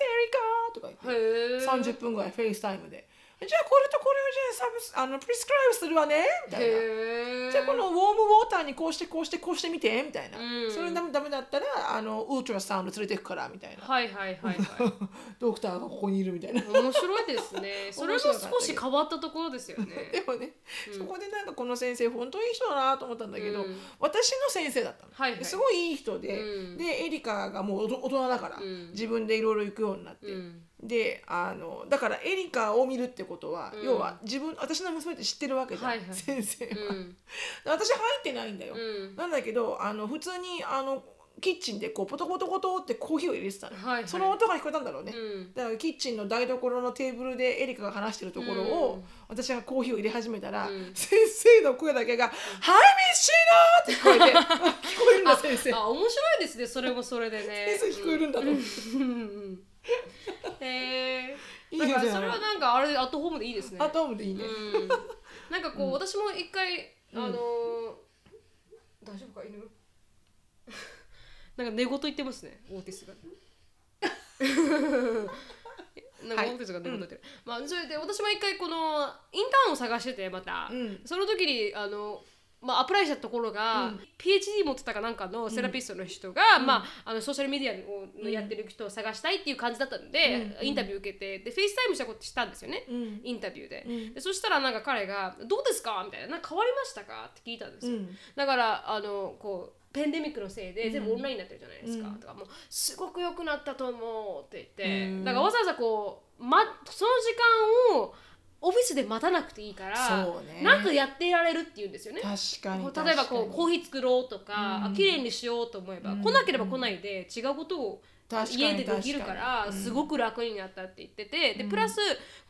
カ」とか言って。へー30分ぐらいフェイスタイムで「じゃあこれとこれをじゃあサブスあのプリスクライブするわね」みたいな。へーじゃあこのウォームウォーターにこうしてこうしてこうしてみてみたいな、うんそれダメダメだったらあのウルトラサウンド連れてくからみたいな、はいはいはいはドクターがここにいるみたいない 面白いです ねそれも少し変わったところですよでねもね、うんそこでなんかこの先生本当いい人だなと思ったんだけど、うん私の先生だったの、はいはいですごいいい人で、うんでエリカがもうおと大人だから、うん自分でいろいろ行くようになって、うんであのだからエリカを見るってことは、うん要は自分私の娘って知ってるわけじゃん、はいはい先生は、うん私入ってないんだよ、うんなんだけどあの普通にあのキッチンでこうポトポトポトってコーヒーを入れてたの、はいはいその音が聞こえたんだろうね、うんだからキッチンの台所のテーブルでエリカが話してるところを、うん私がコーヒーを入れ始めたら、うん先生の声だけが「はいミスシーノー!」って聞こ えて聞こえるんだ先生あ面白いですねそれもそれでね 先生聞こえるんだと、うんへえいいですだよかねらそれはなんかあれアットホームでいいですねアトムでいいね、うんなんかこう、私も一回あのんー大丈夫か犬なんか寝言言ってますねオーティス がなんかオーティスが寝言言ってる、まあそれで私も一回このインターンを探しててまた、うんその時にあのまあ、アプライしたところが、PhD 持ってたかなんかのセラピストの人が、まあ、あのソーシャルメディアをのやってる人を探したいっていう感じだったので、インタビュー受けてでフェイスタイムしたことしたんですよね、うんインタビューで,、うんでそしたらなんか彼が「どうですか?」みたいな「なんか変わりましたか?」って聞いたんですよ、うんだからあのこうペンデミックのせいで全部オンラインになってるじゃないですか、うんとかもうすごく良くなったと思うって言って、うんだからわざわざこう、ま、その時間をオフィスで待たなくていいから、そうねなんかやってられるって言うんですよね。確かにこう例えばこうコーヒヒー作ろうとか、うん綺麗にしようと思えば、うん来なければ来ないで違うことを確かに家でできるから確かにすごく楽になったって言ってて、でプラス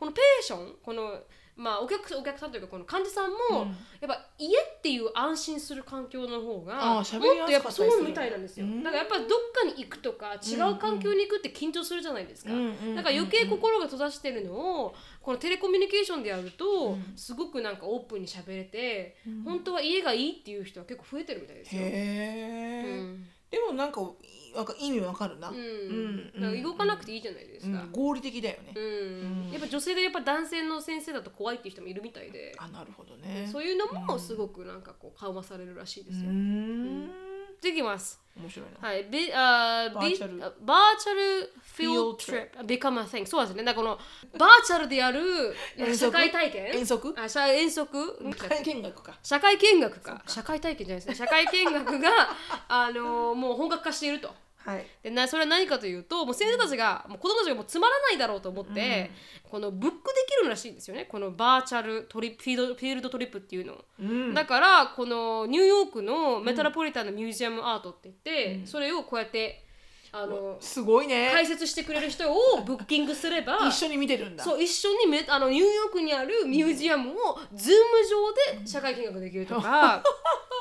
このペーションこの、まあ、お客お客さんというかこの患者さんも、うんやっぱ家っていう安心する環境の方があもあっ喋りやとすやっかったぱりするそうみたいなんですよ、うんだからやっぱどっかに行くとか違う環境に行くって緊張するじゃないですか、うんうんだから余計心が閉ざしてるのをこのテレコミュニケーションでやると、すごくなんかオープンに喋れて、本当は家がいいっていう人は結構増えてるみたいですよ。へうえ、んでもなんかいなんか意味わかるな、うんうんだから動かなくていいじゃないですかう、ん合理的だよね、うんやっぱ女性でやっぱ男性の先生だと怖いっていう人もいるみたいであなるほどねそういうのもすごくなんかこう緩和されるらしいですうよ、ーんできます。面白いな。はい。ビあバーチャルビあバーチャルフィールドトリップ、become a thing。そうですね。だからこのバーチャルでやる 遠足社会体験遠足あ社遠足会見学か。社会見学か社会体験じゃないですね社会見学があのもう本格化しているとはい。でなそれは何かというともう先生たちがもう子供たちがもうつまらないだろうと思って、このブックできるらしいんですよねこのバーチャルトリップフィールドフィールドトリップっていうのを。うん。だからこのニューヨークのメトロポリタンのミュージアムアートって言って、それをこうやってあのすごいね。解説してくれる人をブッキングすれば 一緒に見てるんだ。そう一緒にめあのニューヨークにあるミュージアムをズーム上で社会見学できると か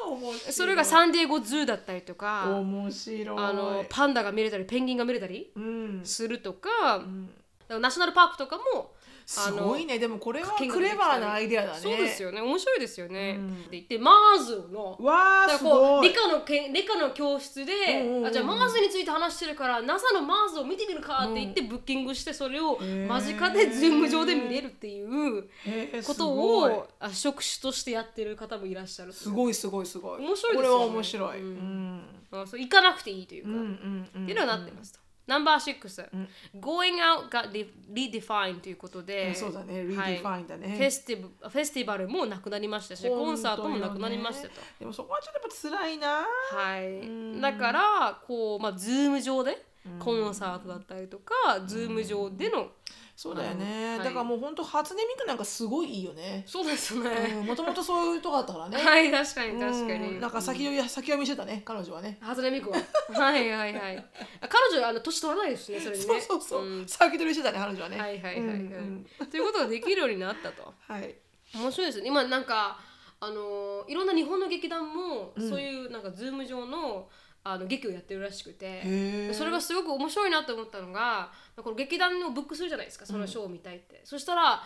面白いそれがサンディエゴズーだったりとか面白い。あのパンダが見れたりペンギンが見れたりうん。するとか,、んナショナルパークとかもすごいね。でもこれは見学クできレたりバーなアイデアだね。そうですよね面白いですよね。うんって言ってマーズのわだあからすこごうい。理科のけ理科の教室で、うんうんうんあじゃあマーズについて話してるから NASA のマーズを見てみるかって言ってブッキングしてそれをー間近でズーム上で見れるっていうへえことすごいをあ職種としてやってる方もいらっしゃるすごいすごいすごい。面白いですよねこれは面白い。ううんん。あそう行かなくていいというか、うんうっんうん。ていうのになってますと。ナンバー6、ん Going out が re- redefined ということで、うんそうだね。リデはいィファインだね。フェスティブフェスティバルもなくなりましたし、コンサートもなくなりましたと。本当よねでもそこはちょっとやっぱ辛いな。はい、だからこう、まあ、Zoom 上でコンサートだったりとか、Zoom 上での、そうだよね、はいだからもう本当初音ミクなんかすごいいいよね。そうですね。もともとそういうとこだったから ね。はい、確かに確かに。うんなんか先を先読みしてたね彼女はね。初音ミクははいはいはいあ 彼女あの年取らないですねそれにねそうそうそう、ん先取りしてたね彼女はね。はいはいはいはい、うんうんということができるようになったとはい。面白いですね今なんかあのいろんな日本の劇団も、そういうなんかズーム上のあの劇をやってるらしくてへえ。それがすごく面白いなと思ったのがこの劇団をブックするじゃないですかそのショーを見たいって、そしたら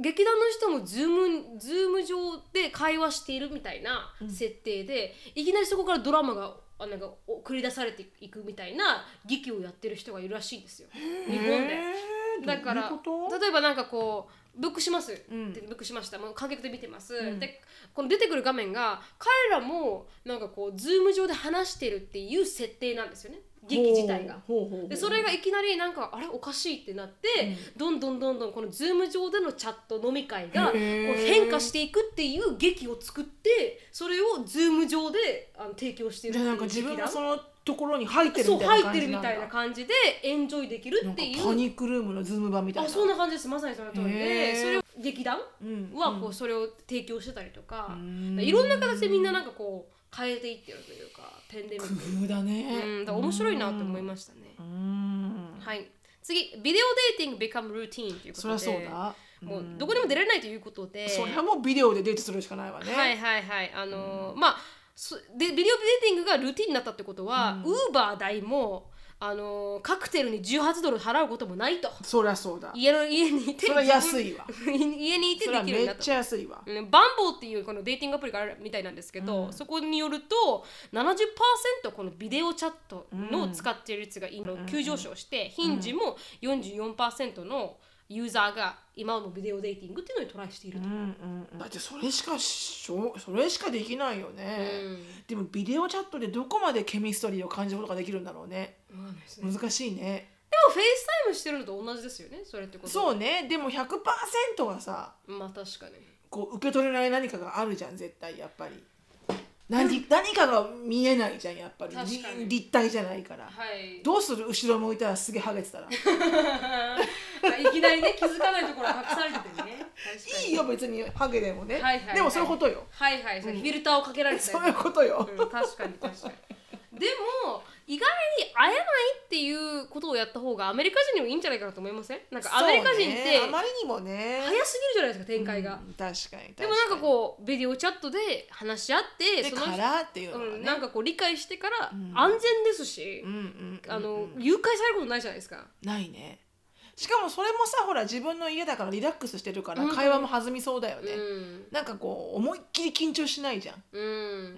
劇団の人もズームズーム上で会話しているみたいな設定で、いきなりそこからドラマがあなんかお繰り出されていくみたいな劇をやってる人がいるらしいんですよ日本で。へえだからどういうこと例えばなんかこうブックします、うんでブックしましたもう観客で見てます、んでこの出てくる画面が彼らもなんかこうズーム上で話してるっていう設定なんですよね劇自体が。ほうほうほうほうでそれがいきなりなんかあれおかしいってなって、どんどんどんどんこのズーム上でのチャット飲み会がこうへー変化していくっていう劇を作ってそれをズーム上であの提供してるってでいうなんか自分劇団がそのところに入ってるそうみたいな入っ感てじるみなんただいな感じでエンジョイできるなんっかていうパニックルームのズーム版みたいな。あそんな感じですまさにその通りへでーそれを劇団うんはこうそれを提供してたりとか,、んいろんな形でみんななんかこう変えていってるというかペンデミッ工ク夫だね。うんだから面白いなと思いましたね、うん。はい次ビデオデーティング become routine ということでそりゃそうだ。もうどこにも出られないということで、それはもうビデオでデートするしかないわね。はいはいはいあのーまあそでビデオデーティングがルーティンになったってことはウーバー代もあのーカクテルに18ドル払うこともないとそりゃそうだ。家の家にいてそれは安いわ。 家にいてそでれはきるようめになっったちゃ安いわ。うんバンボーっていうこのデーティングアプリがあるみたいなんですけど、そこによると70%このビデオチャットの使っている率が今急上昇して、ヒンジも44%のユーザーが今のビデオデーティングっていうのにトライしていると、だってそれしかしょそれしかできないよね、うんでもビデオチャットでどこまでケミストリーを感じることができるんだろうねわかんないですねでも難しいねフェイスタイムしてるのと同じですよねそれってことそうねでも100%はさまあ確かにこう受け取れない何かがあるじゃん絶対やっぱり何何かが見えないじゃんやっぱり確かにり立体じゃないから はいどうする後ろ向いたらすげえハゲてたらいきなりね気づかないところ隠されててね確かにいいよ別にハゲでもね、はいはいはいでもそういうことよはいはい、そうフィルターをかけられてたりとそかういうことよ、うん確かに確かにでも意外に会えないっていうことをやった方がアメリカ人にもいいんじゃないかなと思いませんなんかアメリカ人ってそうねあまりにもね早すぎるじゃないですか展開が、うん確かに確かにでもなんかこうビデオチャットで話し合ってでそのか人らっていうのはね、うん、なんかこう理解してから安全ですし、うんうんうんあの誘拐されることないじゃないですかないねしかもそれもさほら自分の家だからリラックスしてるから会話も弾みそうだようね、んなんかこう思いっきり緊張しないじゃんうん、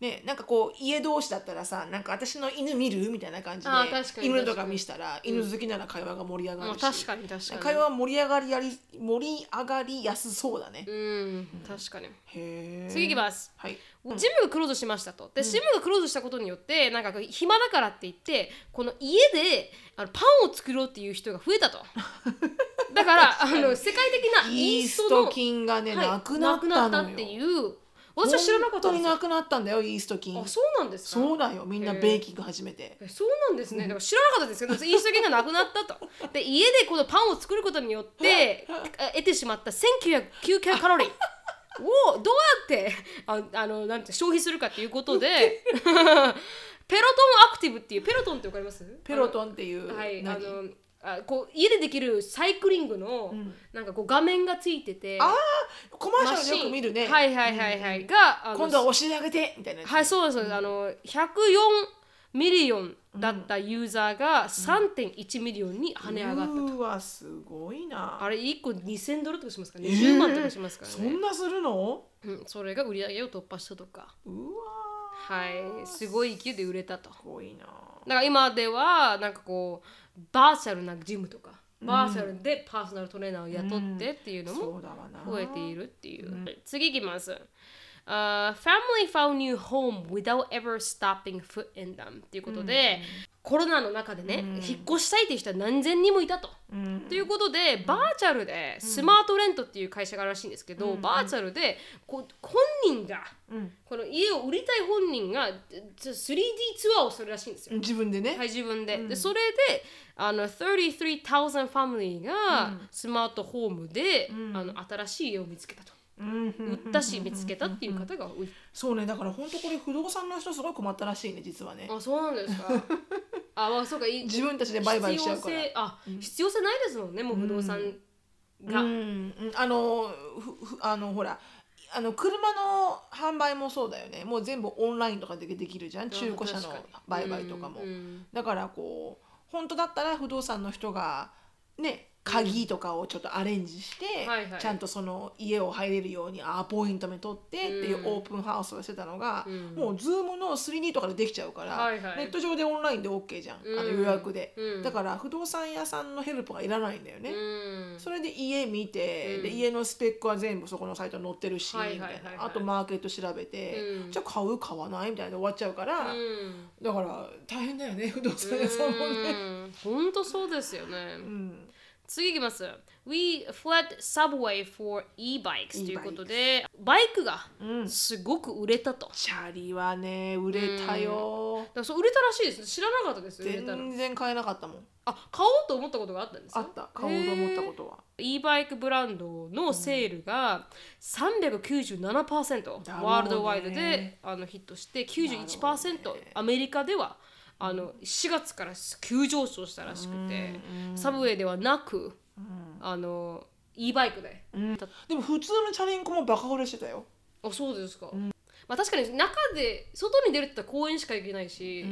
ね、なんかこう家同士だったらさなんか私の犬見るみたいな感じあー確かでに犬とか見したら犬好きなら会話が盛り上がまあるし、確かに確かに会話は盛り上がりやり盛り上がりやすそうだね、うん確かにへえ次いきますはいジムがクローズしましたとでジムがクローズしたことによってなんか暇だからって言ってこの家であのパンを作ろうっていう人が増えた とだからあの世界的なイイーースストのト菌がね、はいなくなったのよっていう私は知らなかったん本当でにすよなくなったんだよイースト菌あそうなんですかそうだよみんなへーベーキング始めてえそうなんですね。だから知らなかったです けど、イースト菌がなくなったと。で、家でこのパンを作ることによってあ得てしまった1909キロカロリ ーをどうやってああのなんて消費するかっていうことで、 ペロトンアクティブっていうペロトンってわかります？ペロトンっていあう、の。はい、あ何の。あこう家でできるサイクリングの、んなんかこう画面がついててあコマーマシャルシよンく見るね、はいはいはいはい、があの今度は教えてあげてみたいなやつはい、そうです、あの104ミリオンだったユーザーが3.1ミリオンに跳ね上がったと、うわすごいなあれ1個2000ドルとかしますかね20万とかしますからそね、んなするのうん、それが売り上げを突破したとかうわはいすごい勢いで売れたとすごいなだから今ではなんかこうバーチャルなジムとかバーチャルでパーソナルトレーナーを雇ってっていうのもそうだわな増えているっていう。次いきます。Uh, family found new home without ever stopping foot in them っていうことで、コロナの中でね、引っ越したいっていう人は何千人もいたと。うんということでバーチャルでスマートレントっていう会社があるらしいんですけど、バーチャルでこう本人がうんこの家を売りたい本人がつ 3D ツアーをするらしいんですよ。自分でね、はい、自分で。で、それで、あの、33,000ファミリーがスマートホームで、あの、新しい家を見つけたと。うんうん売ったし、見つけたっていう方が多い。そうねだから本当これ不動産の人すごい困ったらしいね実はねあ、そうなんですか。あ、まあ、そうか、 い自分たちで売買しちゃうか必ら要性、あ、必要性ないですもんね、もう不動産が。うんうんあのふふあのほらあの車の販売もそうだよねもう全部オンラインとかでできるじゃん中古車の確かに売買とかも、うんうんだからこう本当だったら不動産の人がね鍵とかをちょっとアレンジして、はいはいちゃんとその家を入れるようにアポイントメント取ってっていうオープンハウスをしてたのが、うんもう Zoom の 3D とかでできちゃうから、はいはいネット上でオンラインで OK じゃん、あのうん予約で、うんだから不動産屋さんのヘルプがいらないんだよね、うんそれで家見て、うんで家のスペックは全部そこのサイトに載ってるし、はいはいはいはいみたいなあとマーケット調べて、うんじゃあ買う買わないみたいなで終わっちゃうから、うんだから大変だよね不動産屋さんもね。うん本当そうですよね。うん次いきます。We fled subway for e-bikes ということで、バイクがうんすごく売れたと。だかチャリはね売れたよ、らそう売れたらしいです。知らなかったです。売れたの。全然買えなかったもんあ、買おうと思ったことがあったんですあよった買おうと思ったことは e バイクブランドのセールが397%、だろうねワールドワイドであのヒットして91%、アメリカではあの4月から急上昇したらしくて、サブウェイではなく、あの e バイクで、だでも普通のチャリンコもバカ売れしてたよあそうですか、まあ確かに中で外に出るって言ったら公園しか行けないし、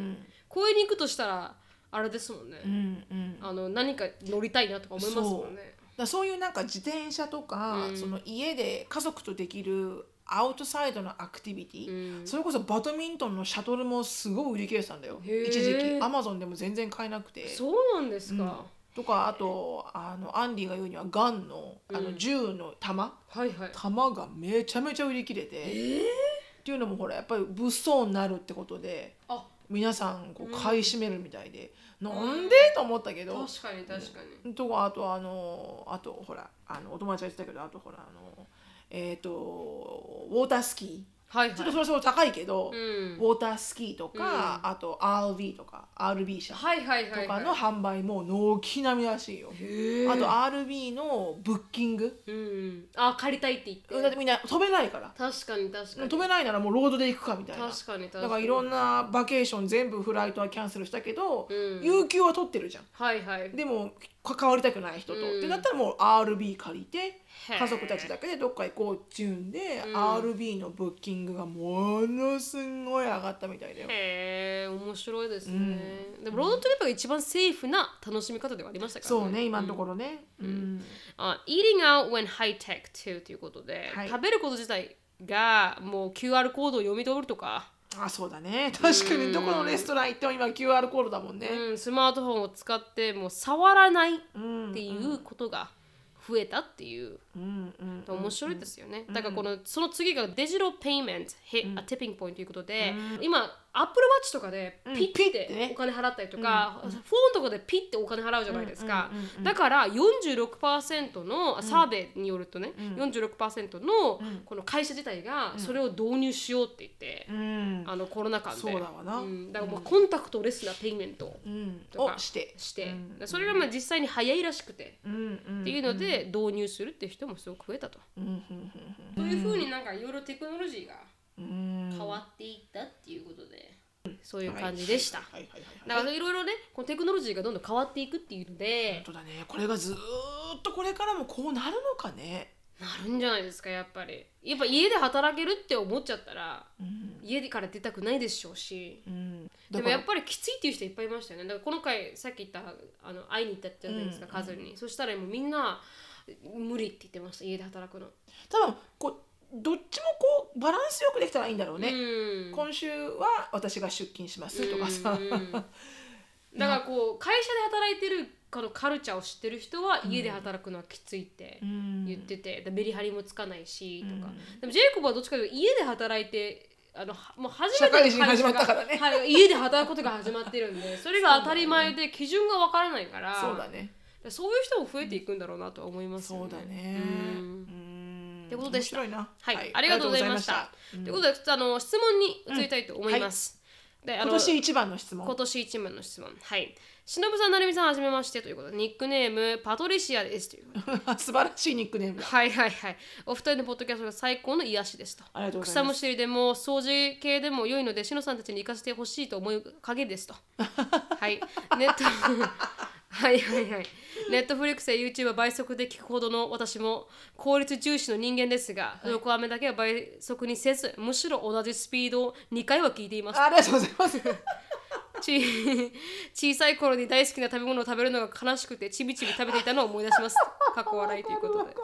公園に行くとしたらあれですもんね、うんうんあの何か乗りたいなとか思いますもんねだそういうなんか自転車とか、その家で家族とできるアウトサイドのアクティビティ、それこそバドミントンのシャトルもすごい売り切れてたんだよへー一時期アマゾンでも全然買えなくてそうなんですか、とかあとあのアンディが言うにはガンのあの銃の弾、はいはい弾がめちゃめちゃ売り切れて、っていうのもほらやっぱり物騒になるってことであ皆さんこう買い占めるみたいで、なんでと思ったけど、確かに確かに、とかあとあのあとほらあのお友達が言ってたけどあとほらあのえっ、とウォータースキはいーちょっはといそれはそれ高いけど、うんウォータースキーとか、あと RV とか RB 車はいはいはいとはかいの販売も軒並みらしいよ、へあと RB のブッキング、うんあ借りたいって言だっっててみんな飛べないから確かに確かに飛べないならもうロードで行くかみたいな確かに確かにだからいろんなバケーション全部フライトはキャンセルしたけど、うん有給は取ってるじゃんはいはいでも関わりたくない人と、うんでだったらもう RB 借りてへー家族たちだけでどっか行こうっていうんで、RB のブッキングがものすごい上がったみたいだよ。へえ面白いですね、でもロードトリップが一番セーフな楽しみ方ではありましたからそうね今のところね、うんあ eating out when high tech too ということで、はい食べること自体がもう QR コードを読み取るとかあそうだね確かうにんどこのレストラン行っても今 QR コードだもんね、うん、スマートフォンを使ってもう触らないっうん、ていうことが増えたっていう、うんうんうん面白いですよね、だからこのその次がデジタルペイメント、ヘアティッピングポイントということで、今アップルワッチとかでんピピッッててねお金払ったりとか、フォンとかでピッてお金払うじゃないですか、うんうんうんうんだから46%のあサーベイによるとね、46%のこの会社自体がそれを導入しようって言って、うんあのコロナ禍でそうだわなうんだからもうコンタクトレスなペイメントをうんとかをしてして、うんそれがまあ実際に早いらしくて、うんうんっていうので導入するっていう人もすごく増えたと。うんうんというふうになんかいろいろテクノロジーがうんうん変わっていったっていうことで、そういう感じでした。はいはいはいはいだからいろいろねこのテクノロジーがどんどん変わっていくっていうので本当だねこれがずーっとこれからもこうなるのかね、なるんじゃないですかやっぱりやっぱ家で働けるって思っちゃったらうん家から出たくないでしょうしうん、でだもからやっぱりきついっていう人いっぱいいましたよねだからこの回さっき言ったあの会いに行ったじゃないですか、うんカズルにそしたらもうみんな無理って言ってました家で働くの多分こうどっちもこうバランスよくできたらいいんだろうね、うん今週は私が出勤しますとかさ、うんうんだからこう会社で働いてるこのカルチャーを知ってる人は家で働くのはきついってうん言ってて、でメリハリもつかないしとか、うんでもジェイコブはどっちかというと家で働いてあのはもう初社めて会人が始まったからねはい、家で働くことが始まってるん でそれが当たり前で基準がわからないからそうだねそういう人も増えていくんだろうなとは思いますよそうだねうんうんってことでした面白いなはい、ありがとうございました。あとりいがうとうこございましたとで、あの質問に移りたいと思います。で、あ今の年一番の質今問年一問の質問。はい。しのぶさん、なるみさん、はじめましてということで、ニックネーム、パトリシアですということ で素晴らしいニックネームだはいはいはい。お二人のポッドキャストが最高の癒しですと。ありがとうござ草いまむすしりでも掃除系でも良いのでしのさんたちに行かせてほしいと思う陰ですと はいネット はいはいはいネットフリックスや YouTube は倍速で聞くほどの私も効率重視の人間ですが横雨だけは倍速にせずむしろ同じスピードを2回は聞いていますありがとうございますち 小さい頃に大好きな食べ物を食べるのが悲しくてちびちび食べていたのを思い出します。過去笑いということで。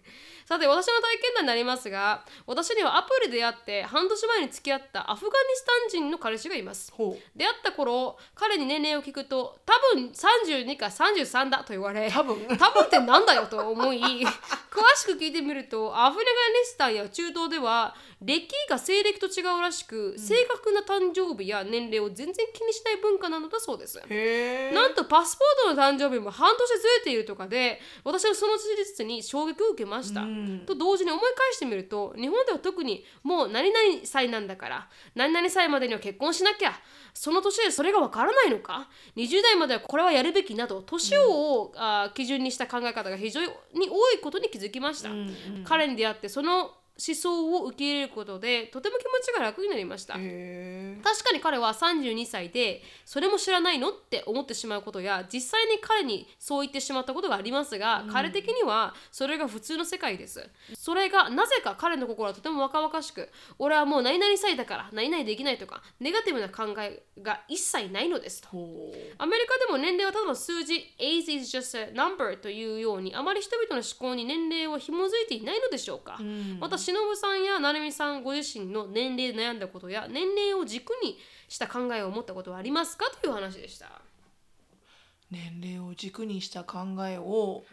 さて私の体験談になりますが私にはアプリで出会って半年前に付き合ったアフガニスタン人の彼氏がいます。ほう出会った頃彼に年齢を聞くと多分32か33だと言われ多分多分ってなんだよと思い詳しく聞いてみるとアフガニスタンや中東では歴が西暦と違うらしく、正確な誕生日や年齢を全然気にしない文化なのだそうです。へえなんとパスポートの誕生日も半年ずれているとかで私はその事実に衝撃を受けました、うんと同時に思い返してみると日本では特にもう何々歳なんだから何々歳までには結婚しなきゃその年でそれがわからないのか20代まではこれはやるべきなど年を、あー基準にした考え方が非常に多いことに気づきました、うん彼に出会ってその思想を受け入れることでとても気持ちが楽になりました、へえ確かに彼は32歳でそれも知らないのって思ってしまうことや実際に彼にそう言ってしまったことがありますが、彼的にはそれが普通の世界ですそれがなぜか彼の心はとても若々しく俺はもう何々歳だから何々できないとかネガティブな考えが一切ないのですとほうアメリカでも年齢はただの数字 age is just a number というようにあまり人々の思考に年齢を紐づいていないのでしょうか、うんまたしのぶさんやなるみさんご自身の年齢で悩んだことや年齢を軸にした考えを持ったことはありますかという話でしたは年齢を軸にした考えを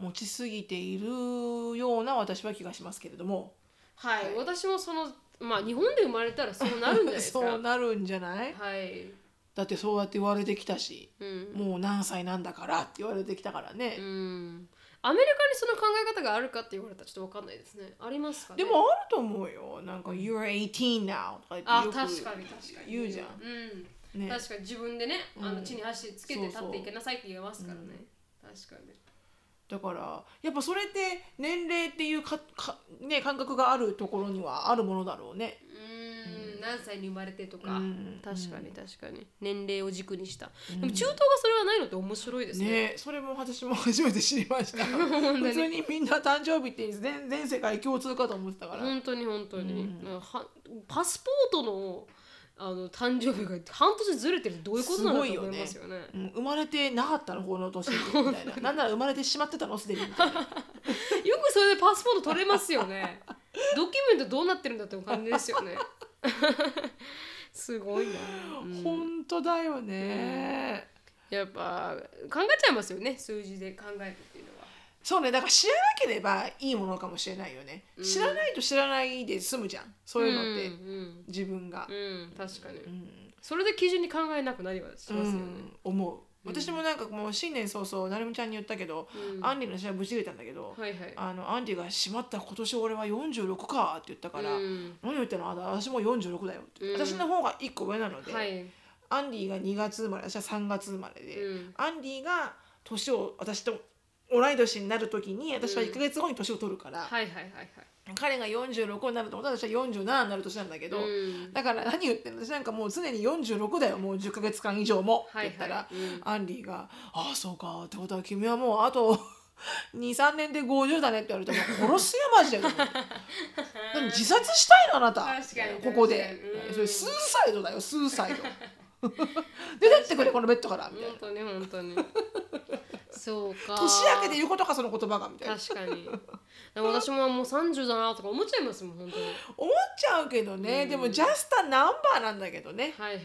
い持ちすぎているような私は気がしますけれどもはい、私もそのまあ日本で生まれたらそうなるんじゃないですか そうなるんじゃないはいだってそうやって言われてきたしうん、もう何歳なんだからって言われてきたからねう、ん、アメリカにその考え方があるかって言われたらちょっとわかんないですねありますかねでもあると思うよなんか「You're 18 now」とかあってよく確かに確かに言うじゃん、うんね、確かに自分でねあうのん地に足つけてそう立そうっていけなさいって言いますからね、確かにだからやっぱそれって年齢っていうかか、ね、感覚があるところにはあるものだろうね。うーん何歳に生まれてとか、うん確かに確かに年齢を軸にした、でも中東がそれはないのって面白いですねね、それも私も初めて知り ましたに普通にみんな誕生日って全全世界共通かと思ってたから、本当に本当に、はパスポートのあの誕生日が半年ずれてるってどういうことなのかすごいとよね思いますよねうん生まれてなかったのこの年みたい ななんなら生まれてしまってたのすでにみたいな よくそれでパスポート取れますよね ドキュメントどうなってるんだって感じですよねすごいな、うん本当だよね、やっぱ考えちゃいますよね数字で考えるっていうのはそうねだから知らなければいいものかもしれないよね、うん知らないと知らないで済むじゃんそういうのって、うん自分がう、ん、うん確かに、うんそれで基準に考えなくなりはしますよね、うん思う私もなんかもう新年早々なるみちゃんに言ったけど、うんアンディの試合無事入れたんだけど、はいはいあのアンディが「しまった今年俺は46か」って言ったから「うん何言ってんのあ私も46だよ」って、うん私の方が1個上なので、はい、アンディが2月生まれ私は3月生まれで、うんアンディが年を私と同い年になる時に私はうん1か月後に年を取るから、はいはいはいはい彼が46になると思ったら私は47になる年なんだけど、うんだから何言ってんの私なんかもう常に46だよもう10ヶ月間以上も、はいはいって言ったら、うんアンディが「ああそうかってことは君はもうあと 23年で50だね」って言われても殺すよマジで」と思ってでも自殺したいのあなた確かにここで確かにうんそれスーサイドだよスーサイド 出てってくれこのベッドからみたい本な当ね本 当にそうか年明けで言うことかその言葉がみたいな確かにでも私ももう30だなとか思っちゃいますもん本当に思っちゃうけどね、でもジャスタナンバーなんだけどねはいはい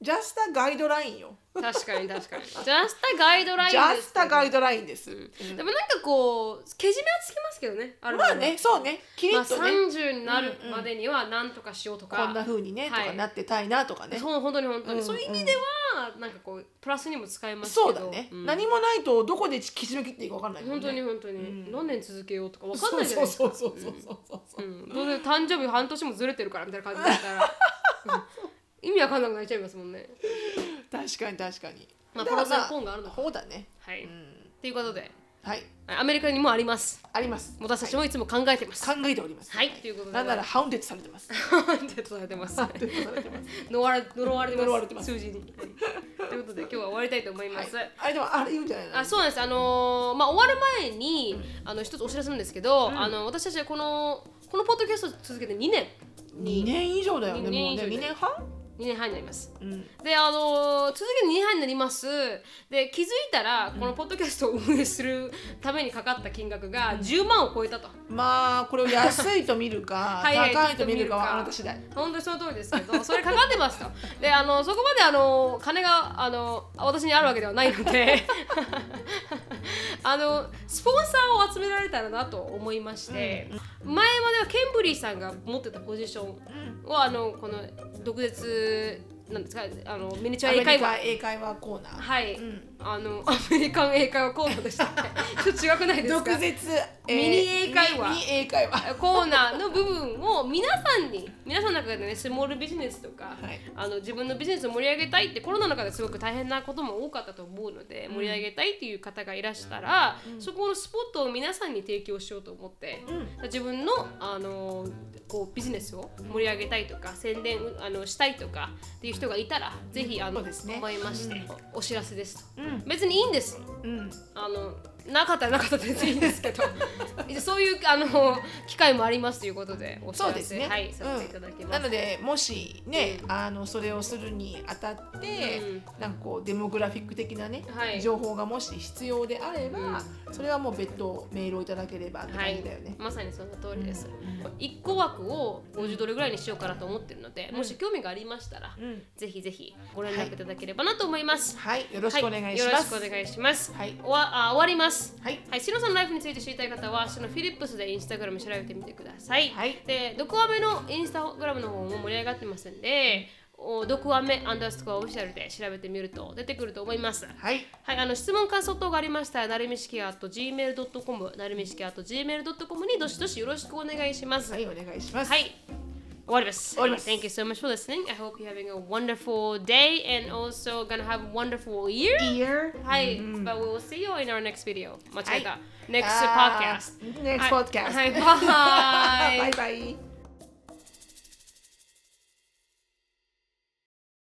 ジャスタガイドラインよ確かに確かにジャスタガイドラインジャスタガイイドラインです、でもなんかこうけじめはつきますけどねあるまあねそうねキリまあ、ッとね、 30になるまでには何とかしようとか、こんな風にはね、いとかなってたいなとかねそう本当に本当に、うんそういう意味ではなんかこうプラスにも使えますけそどうだね、ん何もないとどこで切り抜きっていいか分かんないも本んね当に本当に、ん何年続けようとか分かんないじゃないですかそうそうそうそうそうそううんどうせ誕生日半年もずれてるからみたいな感じだったら、 うん意味わかんなくなっちゃいますもんね確かに確かにまあだからプロセスコーンがあるのかそうだねはい、うっんていうことではいアメリカにもありますあります私たちもいつも考えてます、考えておりますはいということでなんならハウンデッドされてます って捉えてますハウンデッドされてます呪われ呪われてます呪われてます数字に、はいということで今日は終わりたいと思い ます、はいあれでもあれ言うんじゃないのあそうなんですあのーまあ終わる前に、あの一つお知らせなんですけど、あの私たちはこのこのポッドキャストを続けて2年2年以上だよねも二う年以上ねだよ2年半2年半になりますうんであのー続けて2半になりますで気づいたらこのポッドキャストを運営するためにかかった金額が10万を超えたとまあこれを安いと見るか はいはい高いと見るかはあなた次第本当にその通りですけどそれかかってますとであのそこまであの金があの私にあるわけではないので あのスポンサーを集められたらなと思いまして、前まではケンブリーさんが持ってたポジションをあのこの毒舌なんですかあのミニチュアアメ英リ会カ話英会話コーナーはい、んあのアメリカン英会話コーナーでしたっ けちょっと違くないですか毒舌えーミニ英会話ミニ英会話コーナーの部分を皆さんに皆さんの中でねスモールビジネスとか、はいあの自分のビジネスを盛り上げたいってコロナの中ですごく大変なことも多かったと思うので盛り上げたいっていう方がいらしたら、そこのスポットを皆さんに提供しようと思って、自分のあのこうビジネスを盛り上げたいとか宣伝あのしたいとかっていう人がいたらぜひあその、うですね思いまして、お知らせですと、うん別にいいんですうんあのなかったらなかったで全然いいんですけ どそういうあの機会もありますということでお知らそせうですね、はい、うんさせていただきます。なのでもしね、あのそれをするにあたって、なんかこうデモグラフィック的なね、はい情報がもし必要であれば、それはもう別途メールをいただければっては感いじだよね、まさにその通りです。1個枠を50ドルぐらいにしようかなと思ってるので、もし興味がありましたら、うんぜひぜひご連絡いただければなと思います。はいよろしくお願いしはよろましすくお願いします。はいおわあ終わります。はいはい、シノさんのライフについて知りたい方は、シノフィリップスでインスタグラム調べてみてください。はいで、ドクアメのインスタグラムの方も盛り上がってますんで、おドクアメアンダースコアオフィシャルで調べてみると出てくると思います。はいはい、あの質問感想等がありましたら、なるみしきあと gmail.com、なるみしきあと gmail.com にどしどしよろしくお願いします。はいお願いします、はい。終わります。終わります Thank you so much for listening. I hope you're having a wonderful day and also gonna have a wonderful year. Year はい But we will see you in our next video. 間違えた。Next あー podcast. Next podcast はい。はいバイバイ